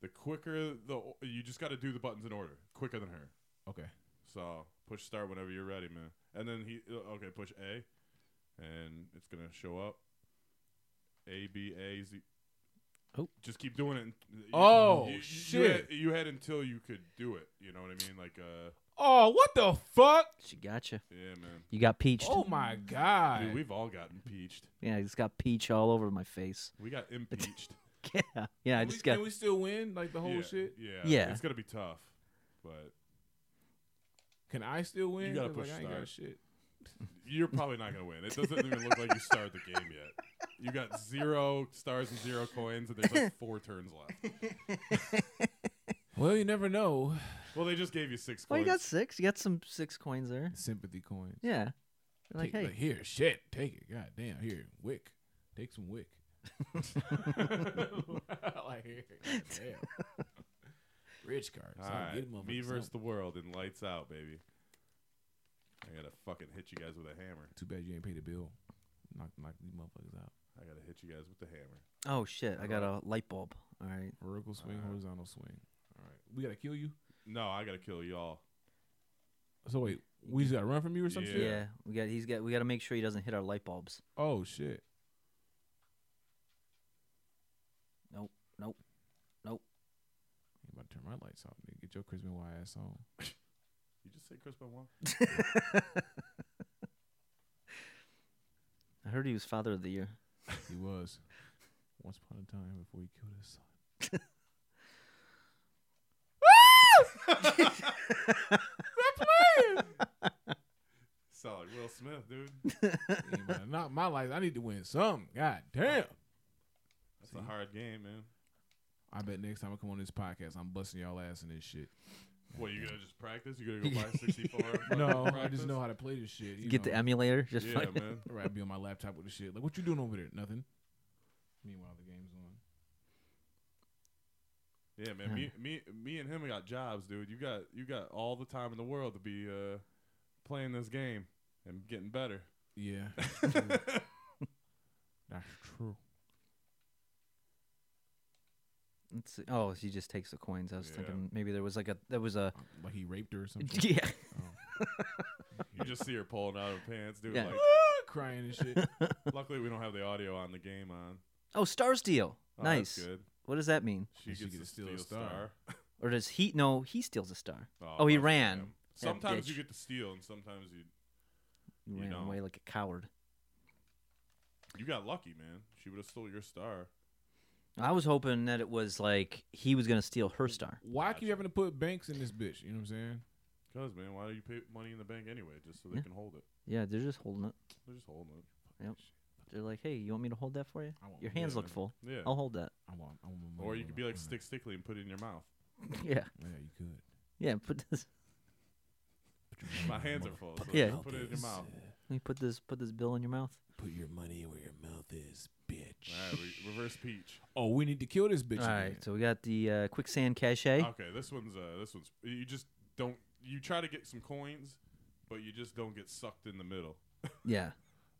The quicker the o- you just got to do the buttons in order, quicker than her.
Okay.
So push start whenever you're ready, man. And then he uh, okay, push A, and it's gonna show up. A B A Z.
Oh.
Just keep doing it. and- you-
Oh,
you- you- You
shit.
had, you had until you could do it. You know what I mean? Like uh,
Oh, what the fuck?
She got you.
yeah, man.
You got peached.
Oh my god.
Dude, we've all got impeached.
Yeah, I just got peach all over my face.
We got impeached.
Yeah, yeah. I
Can we-
just got.
Can we still win? Like the whole
yeah,
Oh, shit.
Yeah.
Yeah.
It's gonna be tough, but
Can I still win?
You gotta
'Cause,
push
like, I ain't
start.
got shit.
you're probably not gonna win. It doesn't even look like you started the game yet. You got zero stars and zero coins, and there's like four turns left.
Well, you never know.
Well, they just gave you six
Oh,
coins.
you got six. You got some six coins there.
Sympathy coins.
Yeah. They're like,
Take-
hey,
here, shit, take it. God damn, here, wick, take some wick. like here, God damn. Rich cards.
All
I'll
right,
get them
me
motherfuckers
versus
something.
the world and lights out, baby. I gotta fucking hit you guys with a hammer.
Too bad you ain't paid the bill. Knock, knock these motherfuckers out.
I gotta hit you guys with the hammer.
oh shit, I got a light bulb. All right.
Vertical swing,
All right.
horizontal swing. All right, we gotta kill you.
No, I gotta kill y'all.
So wait, we just gotta run from you or some
Yeah.
Yeah.
shit?
we got. He's got. We got to make sure he doesn't hit our light bulbs.
Oh shit.
Nope. Nope. Nope.
I'm about to turn my lights off, nigga. Get your Chris White ass on.
You just say Chris Benoit.
I heard he was father of the year.
He was. Once upon a time before he killed his son.
Sound like Will Smith, dude.
Hey, man, not my life. I need to win some. God damn.
That's a hard game, man.
I bet next time I come on this podcast, I'm busting y'all ass in this shit.
What you gonna just practice? You gonna go buy sixty four?
No, I just know how to play this shit. You
Get
know.
the emulator. Just
Yeah,
fucking-
man.
Right, I'd be on my laptop with the shit. Like, what you doing over there? Nothing. Meanwhile, the game's on.
Yeah, man. Me, me, me, and him got jobs, dude. You got, you got all the time in the world to be uh, playing this game and getting better.
Yeah. That's true. That's true.
Let's see. Oh, he just takes the coins. I was
Yeah.
thinking maybe there was like a there was a
Like he raped her or something. Oh.
yeah.
You just see her pulling out her pants, dude.
Yeah.
Like,
Crying and shit.
luckily, we don't have the audio on the game on.
Oh, Star Steel.
Oh,
nice.
That's good.
What does that mean?
She
She
gets
could
to
steal
steal
a
a star.
Or does he? No, he steals a star.
Oh,
Oh, he
that's
ran.
damn.
That
Sometimes you
bitch.
get to steal, and sometimes you
He
You
ran
know.
away like a coward.
you got lucky, man. She would have stole your star.
I was hoping that it was like he was gonna steal her star.
Why keep having to put banks in this bitch? You know what I'm saying?
Cause man, why do you pay money in the bank anyway? Just so they
Yeah.
can hold it.
Yeah, they're just holding it.
They're just holding it.
They're like, hey, you want me to hold that for you?
I want-
Your hands
yeah,
look
man.
full.
Yeah.
I'll hold that.
I want, I want my
or
money,
you
I
could
want
be
my
like
money.
stick stickly and put it in your mouth.
yeah,
Yeah, you could.
yeah. Put this.
My hands are full. So
Yeah.
just Put it in your mouth.
Let me put this. Put this bill in your mouth.
Put your money where your mouth is, bitch.
All right, re- reverse peach.
Oh, we need to kill this bitch.
All right.
again.
So we got the uh, quicksand cachet.
Okay, this one's uh, this one's. You just don't. You try to get some coins, but you just don't get sucked in the middle.
Yeah.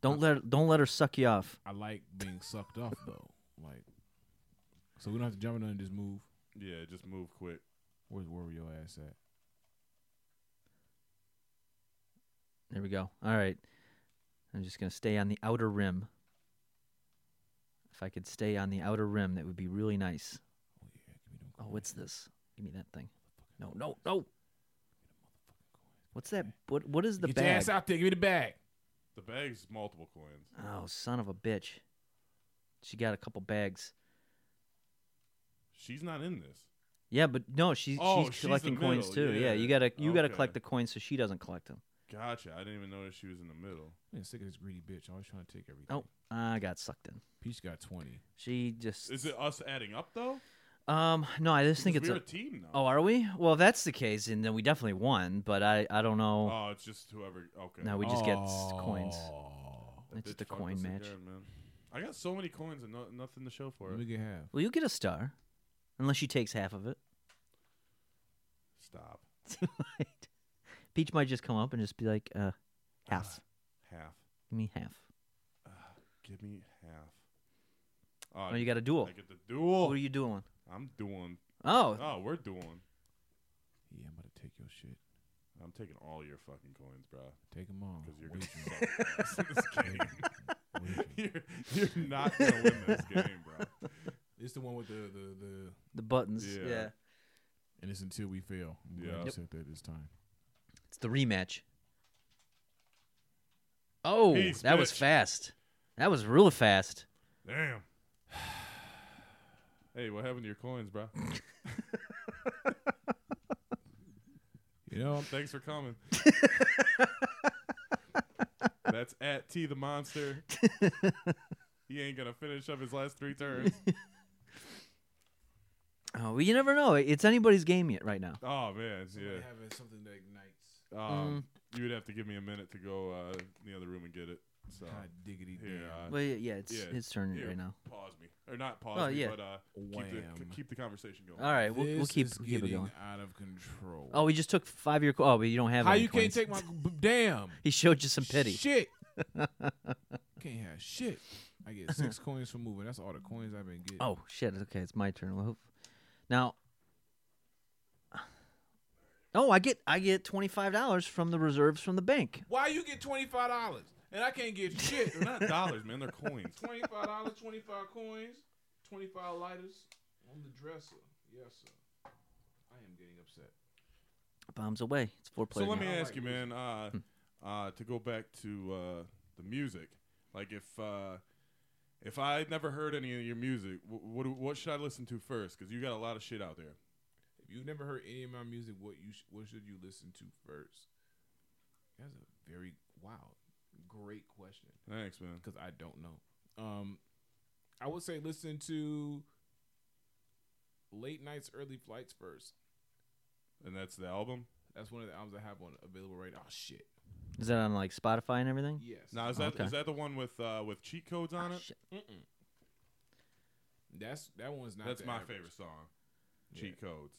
Don't
Oh.
let don't let her suck you off.
I like being sucked off though. Like, so we don't have to jump in and just move.
Yeah, just move quick.
Where's where were your ass at?
There we go. All right. I'm just gonna stay on the outer rim. If I could stay on the outer rim, that would be really nice.
Oh yeah, give me them
Oh,
coins.
what's this? Give me that thing. No, no, no. What's that? What what is the
Get your
bag?
ass out there. Give me the bag.
The bag's multiple coins.
Oh, son of a bitch. She got a couple bags.
She's not in this.
Yeah, but no, she's
Oh,
she's
she's the
collecting coins
middle,
too. Yeah, you
yeah.
gotta you gotta
Okay.
collect the coins so she doesn't collect them.
Gotcha. I didn't even notice she was in the middle.
Man, sick of this greedy bitch. Always trying to take everything.
Oh, I got sucked in.
Peach got twenty.
She just
Is it us adding up though?
um no, I just think
Because
it's
we're
a,
a team now.
Oh, are we? Well, if that's the case, and then we definitely won. But I, I don't know.
Oh, it's just whoever. Okay.
now we just get s- coins.
That
It's
bitch
the
fucked
coin
us
match.
again, man. I got so many coins and no, nothing to show for
Let me
it.
get half.
Well, you get a star, unless she takes half of it.
Stop.
Right. Peach might just come up and just be like, uh, half.
Ah, Half.
Give me half.
Give me half. Uh, Ah,
Oh, you got a duel.
I get the duel.
What are you doing?
I'm doing.
Oh,
Oh, we're doing.
Yeah, I'm about to take your shit.
I'm taking all your fucking coins, bro.
Take them all.
Because you're
Wait
gonna
for me.
suck ass in this game.
Wait for me.
you're, you're not gonna win this game, bro.
It's the one with the the the.
the buttons. Yeah.
Yeah.
And it's until we fail. I'm glad
Yeah.
you
Yep.
said that this time.
it's the rematch. Oh,
Peace,
that was
bitch.
fast. That was really fast.
Damn. Hey, what happened to your coins, bro?
Um,
You know,
Thanks for coming. That's at T the monster. he ain't gonna finish up his last three turns.
Oh, well, you never know. It's anybody's game yet right now.
Oh man, yeah.
having something that ignites.
Mm.
Um, You would have to give me a minute to go uh, in the other room and get it. So
God diggity
here,
damn.
uh,
Well, yeah, yeah it's
yeah,
his turn
here,
right now.
Pause me, or not pause
Oh,
me,
yeah.
but uh, keep the,
Wham.
keep the conversation going.
All right, we'll, we'll
This
keep
is
keep it
getting
going.
out of control.
Oh, we just took five year. Oh, but you don't have.
How
any
you
coins.
can't take my b- damn
He showed you some pity.
shit? can't have shit. I get six coins for moving. That's all the coins I've been getting.
Oh shit! Okay, it's my turn. Well, Now, oh, I get I get twenty five dollars from the reserves from the bank.
Why you get twenty five dollars and I can't get shit?
They're not dollars, man. They're coins.
twenty five dollars, twenty five coins, twenty five lighters on the dresser. Yes, sir. I am getting upset.
Bombs away. It's four
So
players.
let me
I
ask
like
you, man. Uh,
Hmm.
uh, to go back to uh, the music, like if uh, if I never heard any of your music, wh- what do- what should I listen to first? Because you got a lot of shit out there.
If you've never heard any of my music, what you sh- what should you listen to first? That's a very wow, great question
Thanks, man.
because I don't know. Um, I would say listen to late nights, early flights first.
And that's the album.
That's one of the albums I have on available right now. Oh shit!
Is that on like Spotify and everything?
Yes.
Now is that is
Okay.
that the one with uh, with cheat codes on
Ah,
it?
shit.
That's that one's not.
That's
the
my
average.
favorite song. Cheat codes.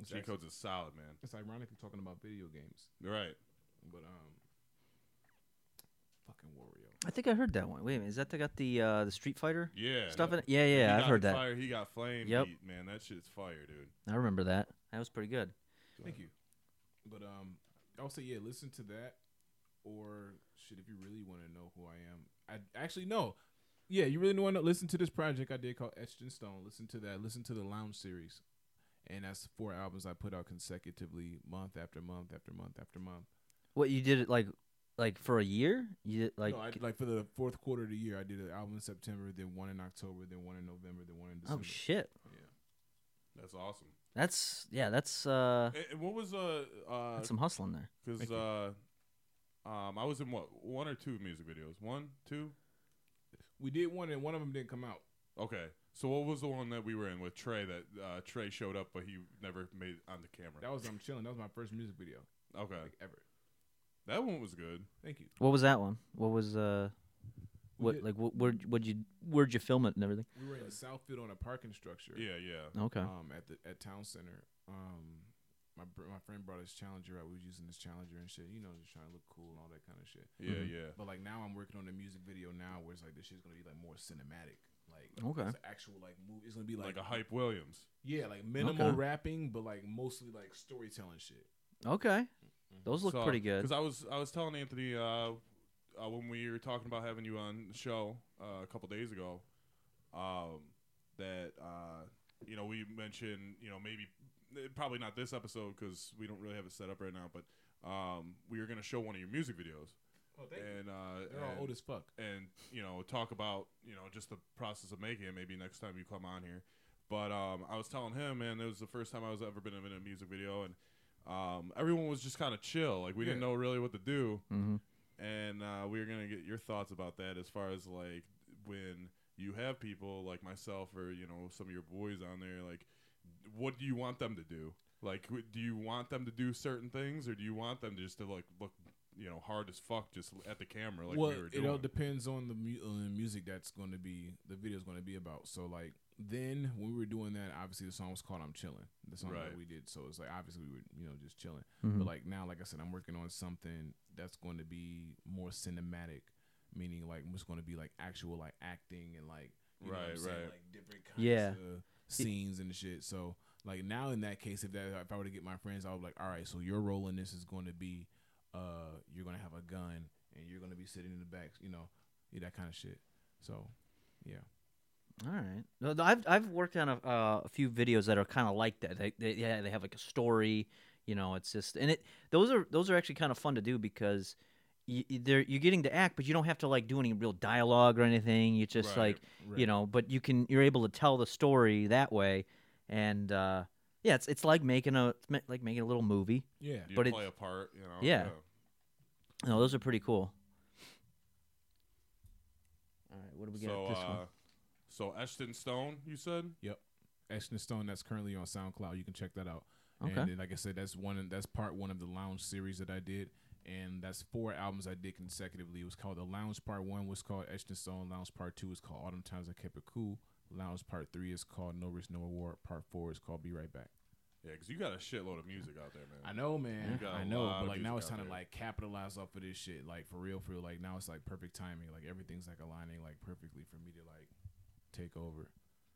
It's
cheat
actually-
codes is solid, man.
It's ironic I'm talking about video games,
Right.
but um, fucking Wario.
I think I heard that one. Wait a minute, is that the got the uh, the Street Fighter
Yeah.
stuff in
that-
it? Yeah,
he
yeah, I've
got
heard
the
that.
Fire. He got flame.
Yep.
Beat, man, that shit's fire, dude.
I remember that. That was pretty good.
Thank you. But um, I would say yeah, listen to that, or should if you really want to know who I am, I actually no. yeah, you really want to listen to this project I did called Etched in Stone. Listen to that. Listen to the Lounge series, and that's four albums I put out consecutively, month after month after month after month.
What you did it like, like for a year? You did like,
no, I, like for the fourth quarter of the year, I did an album in September, then one in October, then one in November, then one in
oh
December.
shit,
That's awesome.
that's yeah, that's uh,
And, and what was uh uh
that's some hustling there.
because uh um I was in what one or two music videos? One, two.
we did one, and one of them didn't come out.
Okay. So what was the one that we were in with Trey that uh, Trey showed up but he never made it on the
That
camera?
was I'm chilling. That was my first music video
okay.
like ever.
That one was good.
Thank you.
What was that one? What was uh,
We
what
did-
like what where'd, where'd you where'd you film it and everything?
We were in Southfield on a parking structure.
Yeah, yeah.
Okay,
um, at the at town center. Um, my br- my friend brought his Challenger out. We was using his Challenger and shit. You know, just trying to look cool and all that kind of shit.
Yeah, yeah.
But like now, I'm working on a music video now where it's like this shit's gonna be like more cinematic. Like
Okay.
it's an actual like movie. It's gonna be
Like
like,
a hype Williams.
yeah, like minimal
Okay.
rapping, but like mostly like storytelling shit.
okay,
mm-hmm.
those look pretty good.
Because I was I was telling Anthony uh, uh, when we were talking about having you on the show uh, a couple days ago um, that uh, you know we mentioned you know maybe eh, probably not this episode because we don't really have it set up right now, but um, we were going to show one of your music videos
Oh,
and uh,
They're all
and-
old as fuck.
and you know talk about you know just the process of making it maybe next time you come on here but um, i was telling him man it was the first time i was ever been in a music video and um, everyone was just kind of chill like we didn't
Yeah.
know really what to do
Mhm.
and uh, we were gonna get your thoughts about that as far as like when you have people like myself or you know some of your boys on there like what do you want them to do like w- do you want them to do certain things or do you want them to just to like look you know hard as fuck just at the camera like
well,
we were
it
doing
all depends on the mu- on the music that's going to be the video's going to be about. So like then when we were doing that, obviously the song was called "I'm Chilling." The song
Right.
that we did. So it's like obviously we were you know just chilling.
Mhm.
But like now, like I said, I'm working on something that's going to be more cinematic, meaning like it's going to be like actual like acting and like you know what I'm
Right,
saying,
right.
like different kinds
Yeah.
of scenes and shit. So like now in that case, if that if I were to get my friends, I would be like, all right, so your role in this is going to be, uh, you're going to have a gun and you're going to be sitting in the back, you know, yeah, that kind of shit. So yeah,
All right. No, th- I've I've worked on a, uh, a few videos that are kind of like that. They, they yeah they have like a story. You know, it's just and it those are those are actually kind of fun to do because you, they're you're getting to act, but you don't have to like do any real dialogue or anything. You just
Right,
like you know, but you can you're able to tell the story that way, and uh, yeah, it's it's like making a it's ma- like making a little movie.
yeah.
you
But it-
play a part, you know.
Yeah. No, those are pretty cool. All right, what do we got
So,
this
uh,
one?
so Ashton Stone, you said.
Ashton Stone that's currently on SoundCloud. You can check that out.
Okay.
And then, like I said, that's one. That's part one of the Lounge series that I did, and that's four albums I did consecutively. It was called the Lounge Part One was called Ashton Stone. Lounge Part Two is called Autumn Times I Kept It Cool. Lounge Part Three is called No Risk No Reward. Part Four is called Be Right Back.
Yeah, because you got a shitload of music out there, man.
I know, man.
You got
I
a
know,
lot
but
of
like now
music
it's
out
time to
there.
like capitalize off of this shit. Like for real, for real. Like now it's like perfect timing. Like everything's like aligning like perfectly for me to like take over.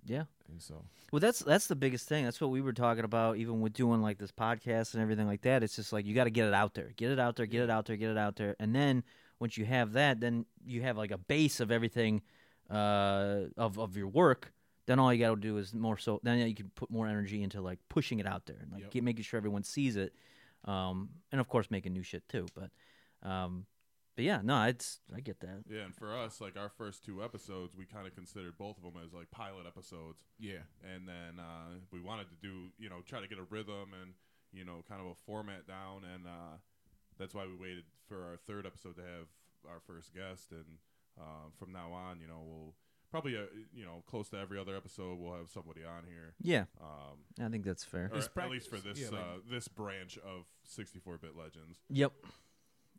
yeah.
And so
Well, that's that's the biggest thing. That's what we were talking about, even with doing like this podcast and everything like that. It's just like you got to get it out there, get it out there, get it out there, get it out there, and then once you have that, then you have like a base of everything uh, of of your work. Then all you got to do is more so. Then you can put more energy into like pushing it out there and like
Yep.
get, making sure everyone sees it, um, and of course making new shit too. But, um, but yeah, no, it's I get that.
Yeah, and for us, like our first two episodes, we kind of considered both of them as like pilot episodes,
yeah,
and then uh, we wanted to do, you know, try to get a rhythm and you know, kind of a format down, and uh, that's why we waited for our third episode to have our first guest, and uh, from now on, you know, we'll probably, uh, you know, close to every other episode, we'll have somebody on here.
Yeah,
Um,
I think that's fair.
or
It's
at least for
practice.
this
Yeah, like-
uh, this branch of 64-bit legends.
Yep.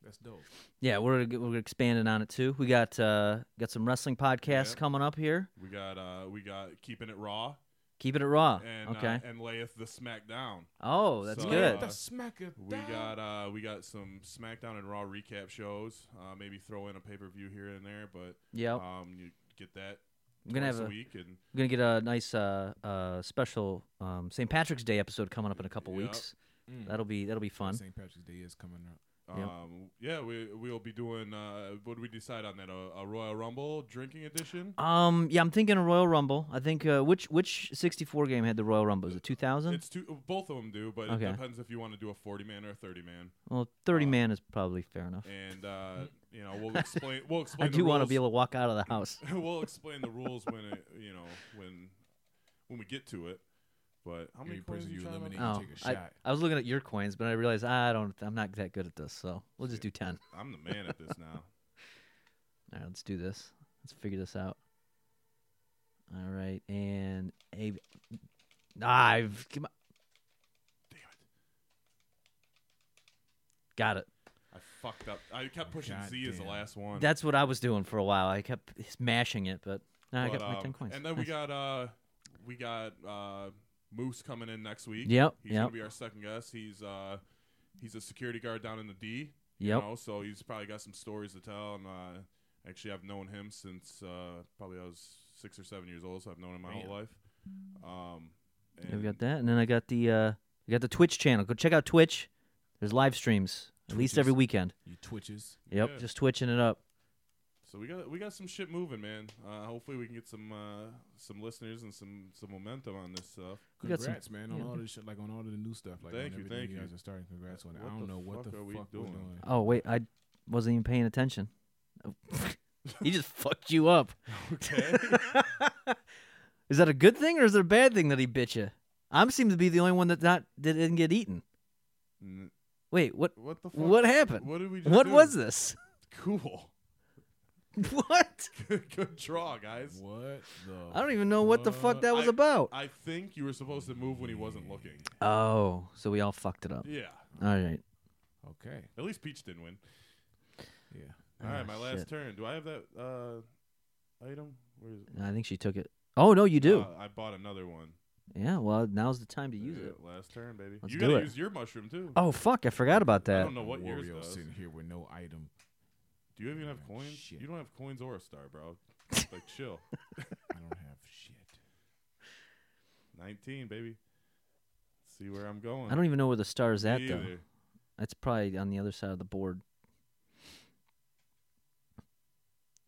that's dope.
Yeah, we're we're expanding on it too. We got uh, got some wrestling podcasts
Yep.
coming up here.
We got uh, we got keeping it raw
Keeping it raw.
and
okay.
uh, and layeth the SmackDown.
oh, that's
so,
good.
uh,
the smack of
We
that.
got uh, we got some SmackDown and Raw recap shows. Uh, maybe throw in a pay per view here and there, but
yep.
um, you get that
I'm gonna
twice
have a,
a week and
I'm gonna get a nice uh, uh, special um, St. Patrick's Day episode coming up in a couple
Yep.
weeks.
Mm.
That'll be that'll be fun.
St. Patrick's Day is coming up.
Yep.
Um, yeah, we we'll be doing. Uh, what do we decide on that? A, a Royal Rumble drinking edition.
Um, yeah, I'm thinking a Royal Rumble. I think uh, which which 64 game had the Royal Rumble? Was it 2000?
It's two. Both of them do, but
Okay.
it depends if you want to do a forty man or a thirty man.
Well, 30 man is probably fair enough.
uh, And uh, you know, we'll explain. We'll
Mm-hmm. I
explain. the
do want to
rules.
be able to walk out of the house.
we'll explain the rules when it, you know when when we get to it. But how many
Every
coins
person
are
you
you eliminate?
eliminate.
Oh,
take a
I,
shot.
I was looking at your coins, but I realized I don't. I'm not that good at this, so we'll just do 10.
I'm the man at this now.
All right, let's do this. Let's figure this out. All right, and a, I've come on,
Damn it!
got it.
I fucked up. I kept pushing
God
Z as the
damn.
last one.
That's what I was doing for a while. I kept smashing it, but now I
But,
got my
um,
ten coins.
And then we
Nice.
got uh we got uh Moose coming in next week.
Yep,
He's gonna
yep.
be our second guest. He's uh he's a security guard down in the D.
Yep.
You know, so he's probably got some stories to tell and uh actually I've known him since uh probably I was six or seven years old, so I've known him my whole life. Um
Yeah, we
and
got that, and then I got the uh, I got the Twitch channel. Go check out Twitch. There's live streams at least every
Twitches.
weekend.
You twitches.
Yep,
Yeah.
just twitching it up.
So we got we got some shit moving, man. Uh, hopefully we can get some uh, some listeners and some some momentum on this stuff.
We got some-
Congrats, man, on
yeah.
all this shit, like on all of the new stuff, like
Thank
on
you,
everything
thank you.
guys are starting. Congrats on it.
What
I don't
the
know what
fuck
the
are we
fuck we're
doing? Uh,
doing.
Oh wait, I wasn't even paying attention. he just fucked you up.
Okay.
Is that a good thing or is it a bad thing that he bit you? I am seem to be the only one that not that didn't get eaten.
N-
Wait, what?
what the fuck?
What happened?
What did we just
What
do?
was this?
Cool.
What?
Good, good draw, guys.
What the?
I don't even know what the fuck that was
Uh, I-
about.
I think you were supposed to move when he wasn't looking.
Oh, so we all fucked it up.
Yeah.
All right.
Okay.
At least Peach didn't win.
Yeah.
All right,
Ah,
my last
shit.
turn. Do I have that uh, item? Where is it?
I think she took it. Oh no, you do.
Uh, I bought another one.
yeah. Well, now's the time to use
Yeah,
it.
Last turn, baby.
Let's
you
do
gotta
it.
use your mushroom too.
Oh fuck, I forgot about
I
that.
don't know what yours
Wario
does.
sitting here with no item.
Do you even have
Oh,
coins?
shit.
You don't have coins or a star, bro. like chill.
I don't have shit.
Nineteen, baby. See where I'm going.
I don't even know where the star is at
Me
though.
either.
That's probably on the other side of the board.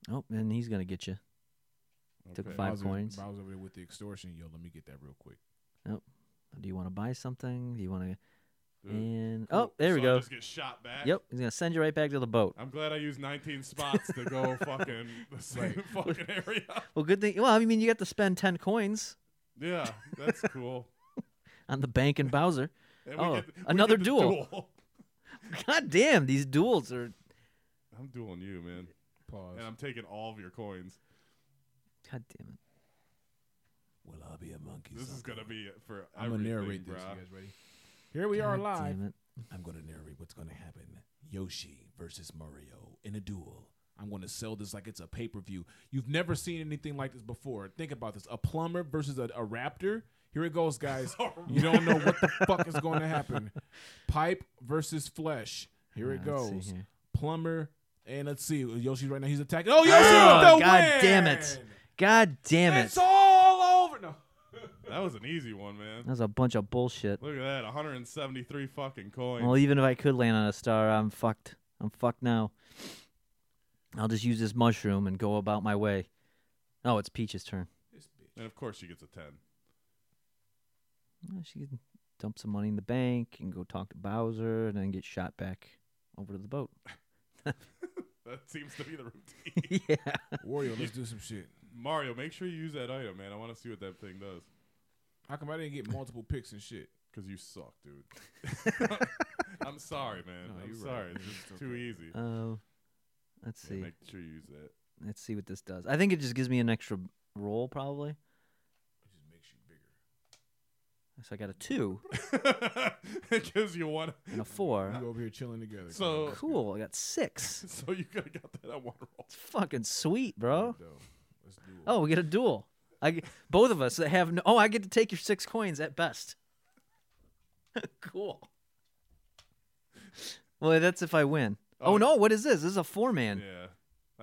Oh, and he's gonna get you. Took
Okay.
Five
Bowser,
coins.
Bowser's over there with the extortion. Yo, let me get that real quick.
Oh, Do you want to buy something? Do you want to?
Dude,
And
cool.
oh, there we
So I
go.
Just get shot back.
Yep, he's gonna send you right back to the boat.
I'm glad I used 19 spots to go fucking the same fucking area.
Well, good thing. Well, I mean, you got to spend ten coins
Yeah, that's cool.
on the bank and Bowser.
And
Oh,
th-
another
to
duel. God damn, these duels are.
I'm dueling you, man,
Pause.
and I'm taking all of your coins.
God damn it.
Well, I'll be a monkey.
This is gonna be it for.
I'm gonna
everything,
narrate this.
bruh.
You guys ready? Here we are
God
live.
Damn it.
I'm going to narrate what's going to happen. Yoshi versus Mario in a duel.
I'm going to sell this like it's a pay per view. You've never seen anything like this before. Think about this a plumber versus a, a raptor. Here it goes, guys. you don't know what the fuck is going to happen. Pipe versus flesh. Here it
Uh, let's see
goes.
here.
Plumber. And let's see. Yoshi's right now. He's attacking. Oh, Yoshi with
Oh,
the
God
win!
damn it. God damn it.
It's all over. No.
That was an easy one, man.
That was a bunch of bullshit.
Look at that, 173 fucking coins.
Well, even if I could land on a star, I'm fucked. I'm fucked now. I'll just use this mushroom and go about my way. Oh, it's Peach's turn.
and of course, she gets a 10.
Well, She can dump some money in the bank and go talk to Bowser and then get shot back over to the boat.
That seems to be the routine.
yeah.
Wario, let's do some shit.
Mario, make sure you use that item, man. I want to see what that thing does.
How come I didn't get multiple picks and shit?
Cause you suck, dude. I'm sorry, man.
No,
I'm
you're right.
sorry. It's
It's
just
okay.
too easy.
Uh, let's
Yeah,
see.
make sure you use that.
Let's see what this does. I think it just gives me an extra roll, probably. So I got a two
it gives you one.
and a four.
You over here chilling together.
So,
Cool. I got six.
so you could have got that on one roll.
It's fucking sweet, bro.
Though. Let's do it.
Oh, we get a duel. I get, both of us that have no. Oh, I get to take your six coins at best. cool. Well, that's if I win. Oh,
Oh,
no! What is this? This is a four man.
Yeah,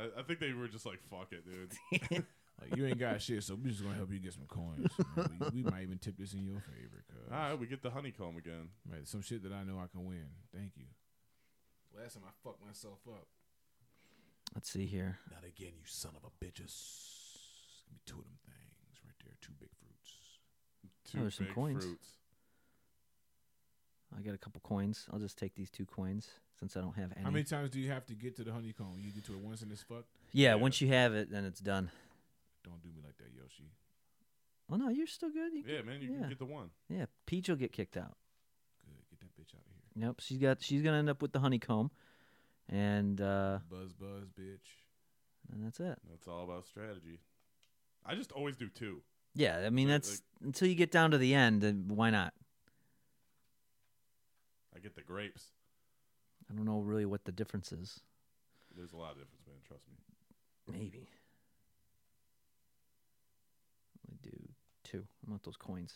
I, I think they were just like, "Fuck it, dude."
Like, you ain't got shit, so we just gonna help you get some coins. you know. we, we might even tip this in your favor, cause
All right, we get the honeycomb again.
right, some shit that I know I can win. Thank you. Last time I fucked myself up.
Let's see here.
Not again, you son of a bitches. Give me two of them things right there. Two big fruits.
Two
Oh, there's some
big
coins.
fruits.
I got a couple coins. I'll just take these two coins since I don't have any.
How many times do you have to get to the honeycomb? You get to it once and it's fucked.
yeah,
yeah.
once you have it, then it's done.
Don't do me like that, Yoshi.
Oh no, you're still good. You
Yeah, man, you
yeah.
can get the one.
Yeah, Peach will get kicked out.
Good, get that bitch out of here.
Nope, she's got. She's gonna end up with the honeycomb, and uh,
Buzz, buzz, bitch.
and that's it.
That's all about strategy. I just always do two.
Yeah, I mean
So,
that's until you get down to the end. Then why not?
I get the grapes.
I don't know really what the difference is.
There's a lot of difference, man. Trust me.
Maybe. I do two. I want those coins.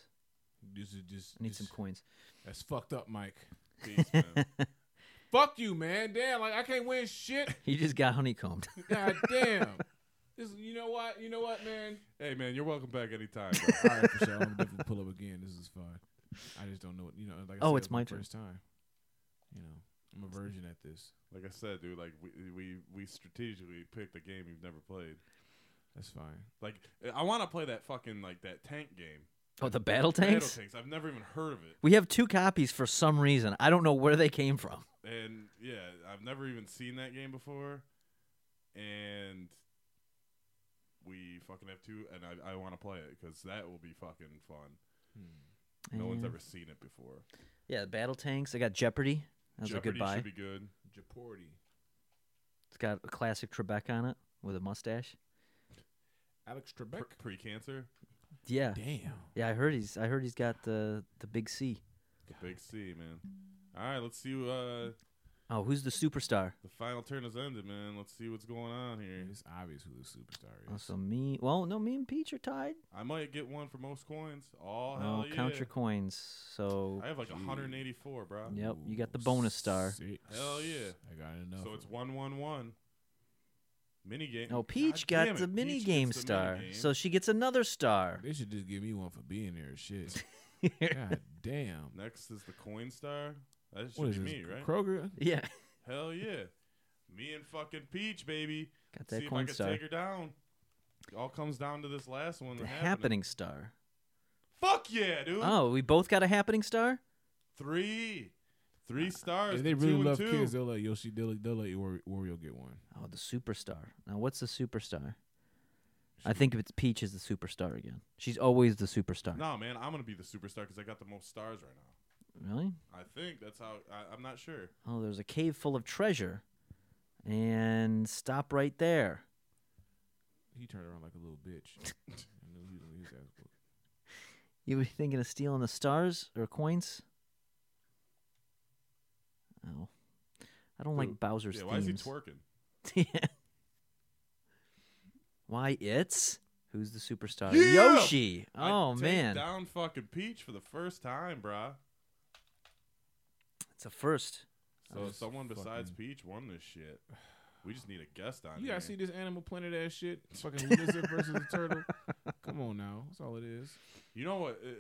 This is just.
I need some
this-
coins.
That's fucked up, Mike.
Peace, man.
Fuck you, man. Damn, like I can't win shit.
You just got honeycombed.
God damn. This, you know what? You know what, man?
hey, man, you're welcome back anytime. bro.
All right, for sure. I'm gonna definitely pull up again. This is fun. I just don't know. What, you know, like I
Oh,
said,
it's
it's
my
my
turn.
first time. You know, I'm a virgin at this.
like I said, dude, like we, we we strategically picked a game you've never played.
That's fine.
Like I want to play that fucking like that tank game.
oh, the battle
Battle
tanks.
tanks. I've never even heard of it,
We have two copies for some reason. I don't know where they came from.
and yeah, I've never even seen that game before, and. We fucking have two, and I, I want to play it because that will be fucking fun. No one's
Yeah.
ever seen it before.
Yeah, battle tanks. I got Jeopardy. That was
Jeopardy
a good buy.
should be good.
Jeopardy.
It's got a classic Trebek on it with a mustache.
Alex Trebek.
Pre- pre-cancer,
Yeah,
Damn.
yeah. I heard he's. I heard he's got the the big C.
the big C, man. All right, let's see. Uh,
Oh, who's the superstar?
the final turn has ended, man. Let's see what's going on here.
It's obvious who the superstar is.
Oh, so me. Well, no, me and Peach are tied.
I might get one for most coins. Oh,
Oh,
hell yeah.
count your coins. So,
I have like 184, bro.
yep, you got the bonus star.
Oh,
Six.
Hell yeah.
I got enough.
So it's one, one, one. Mini game.
Oh, Peach
God
got
damn
the
it,
mini
Peach
game
gets the
star.
minigame.
So she gets another star.
They should just give me one for being there. Shit. God damn.
next is the coin star. That should
What is
be
this?
me, right?
Kroger.
yeah,
hell yeah. Me and fucking Peach, baby.
got
see
that
if I
coin
can
star.
take her down. It all comes down to this last one.
The
that
happening star.
Fuck yeah, dude.
Oh, we both got a happening star.
Three. Three stars.
If they
for
really
two and
love
two.
kids, they'll let Yoshi. They'll, they'll let Wario, Wario get one.
Oh, the superstar. Now, what's the superstar? I think it's Peach is the superstar again. She's always the superstar.
No, man, I'm gonna be the superstar because I got the most stars right now.
Really?
I think that's how. I, I'm not sure.
Oh, there's a cave full of treasure. And stop right there.
He turned around like a little bitch. I knew he was gonna get his ass whooped.
You were thinking of stealing the stars or coins? Oh. I don't
Who?
like Bowser's
Yeah, why is he
themes.
twerking?
Yeah. why it's? Who's the superstar?
Yeah!
Yoshi.
I
Oh
take
man.
down fucking Peach for the first time, bruh.
It's a first.
So
just
someone besides
fucking-
Peach won this shit. We just need a guest on
You
here.
gotta see this Animal Planet ass shit. Fucking lizard versus a turtle. Come on now, that's all it is.
You know what? Uh,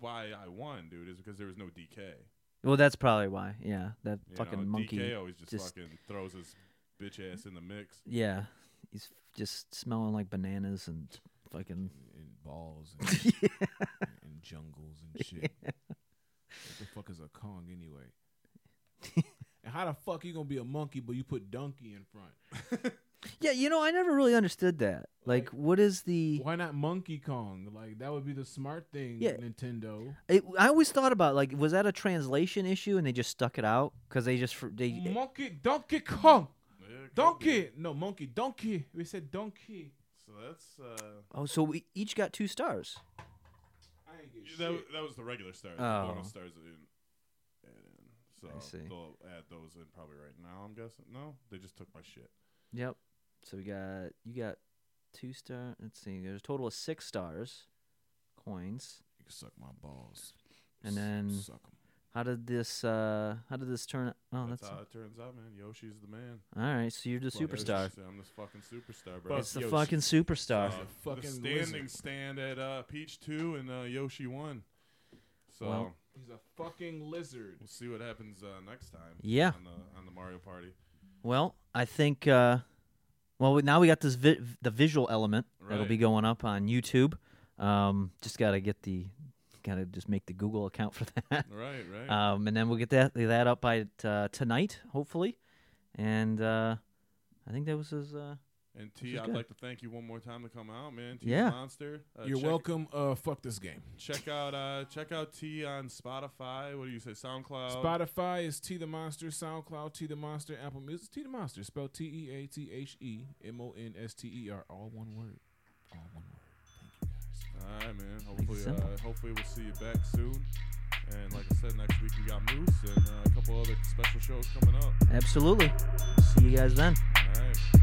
why I won, dude, is because there was no DK.
Well, that's probably why. Yeah. That
You
fucking
know,
monkey.
DK always just,
just-
fucking throws his bitch ass in the mix.
Yeah. He's just smelling like bananas and fucking
And balls and, and jungles and shit. What the fuck is a Kong anyway? and how the fuck you gonna be a monkey but you put donkey in front?
Yeah, you know, I never really understood that. Like, what is the?
Why not Monkey Kong? Like that would be the smart thing,
Yeah.
Nintendo.
It, I always thought about like, was that a translation issue, and they just stuck it out because they just fr- they
Monkey Donkey Kong.
Yeah, it could be.
Donkey. No, monkey, donkey. We said donkey.
So that's uh,
oh, so we each got two stars.
I ain't get
that,
shit.
that was the regular stars.
Oh.
The bonus stars that didn't add in. So
I see.
they'll add those in probably right now. I'm guessing. No, they just took my shit.
Yep. So we got you got two star. Let's see, there's a total of six stars, coins,
You can suck my balls.
and then
Suck 'em.
how did this uh how did this turn? Oh,
that's,
that's,
how it turns out, man. Yoshi's the man.
all right. So you're the superstar.
Yoshi's- I'm this fucking superstar, bro.
It's the fucking superstar.
Uh,
fucking
the standing
wizard.
stand at uh, Peach two and uh, Yoshi one. So
Well,
He's a fucking lizard.
We'll see what happens uh, next time.
Yeah.
On the on the Mario Party.
Well, I think. Uh, well, we- now we got this vi- the visual element that'll
Right.
be going up on YouTube. Um, just gotta get the, gotta just make the Google account for that.
Right, right.
Um, and then we'll get that that up by uh, tonight, hopefully. And uh, I think that was his. Uh,
and
is
T, I'd
good.
like to thank you one more time to come out, man. T the
Yeah.
Monster. Uh,
You're
check-
welcome. Uh, fuck this game.
Check out uh, check out T on Spotify. What do you say?
Um,
SoundCloud.
Spotify is T the Monster, SoundCloud T the Monster, Apple Music T the Monster, spelled T E A T H E M O N S T E R, all one word, all one word. Thank you guys.
All right, man.
it
Hopefully,
simple.
uh, hopefully we'll see you back soon. And like I said, next week we got Moose and uh, a couple other special shows coming up.
absolutely. See you guys then.
All right.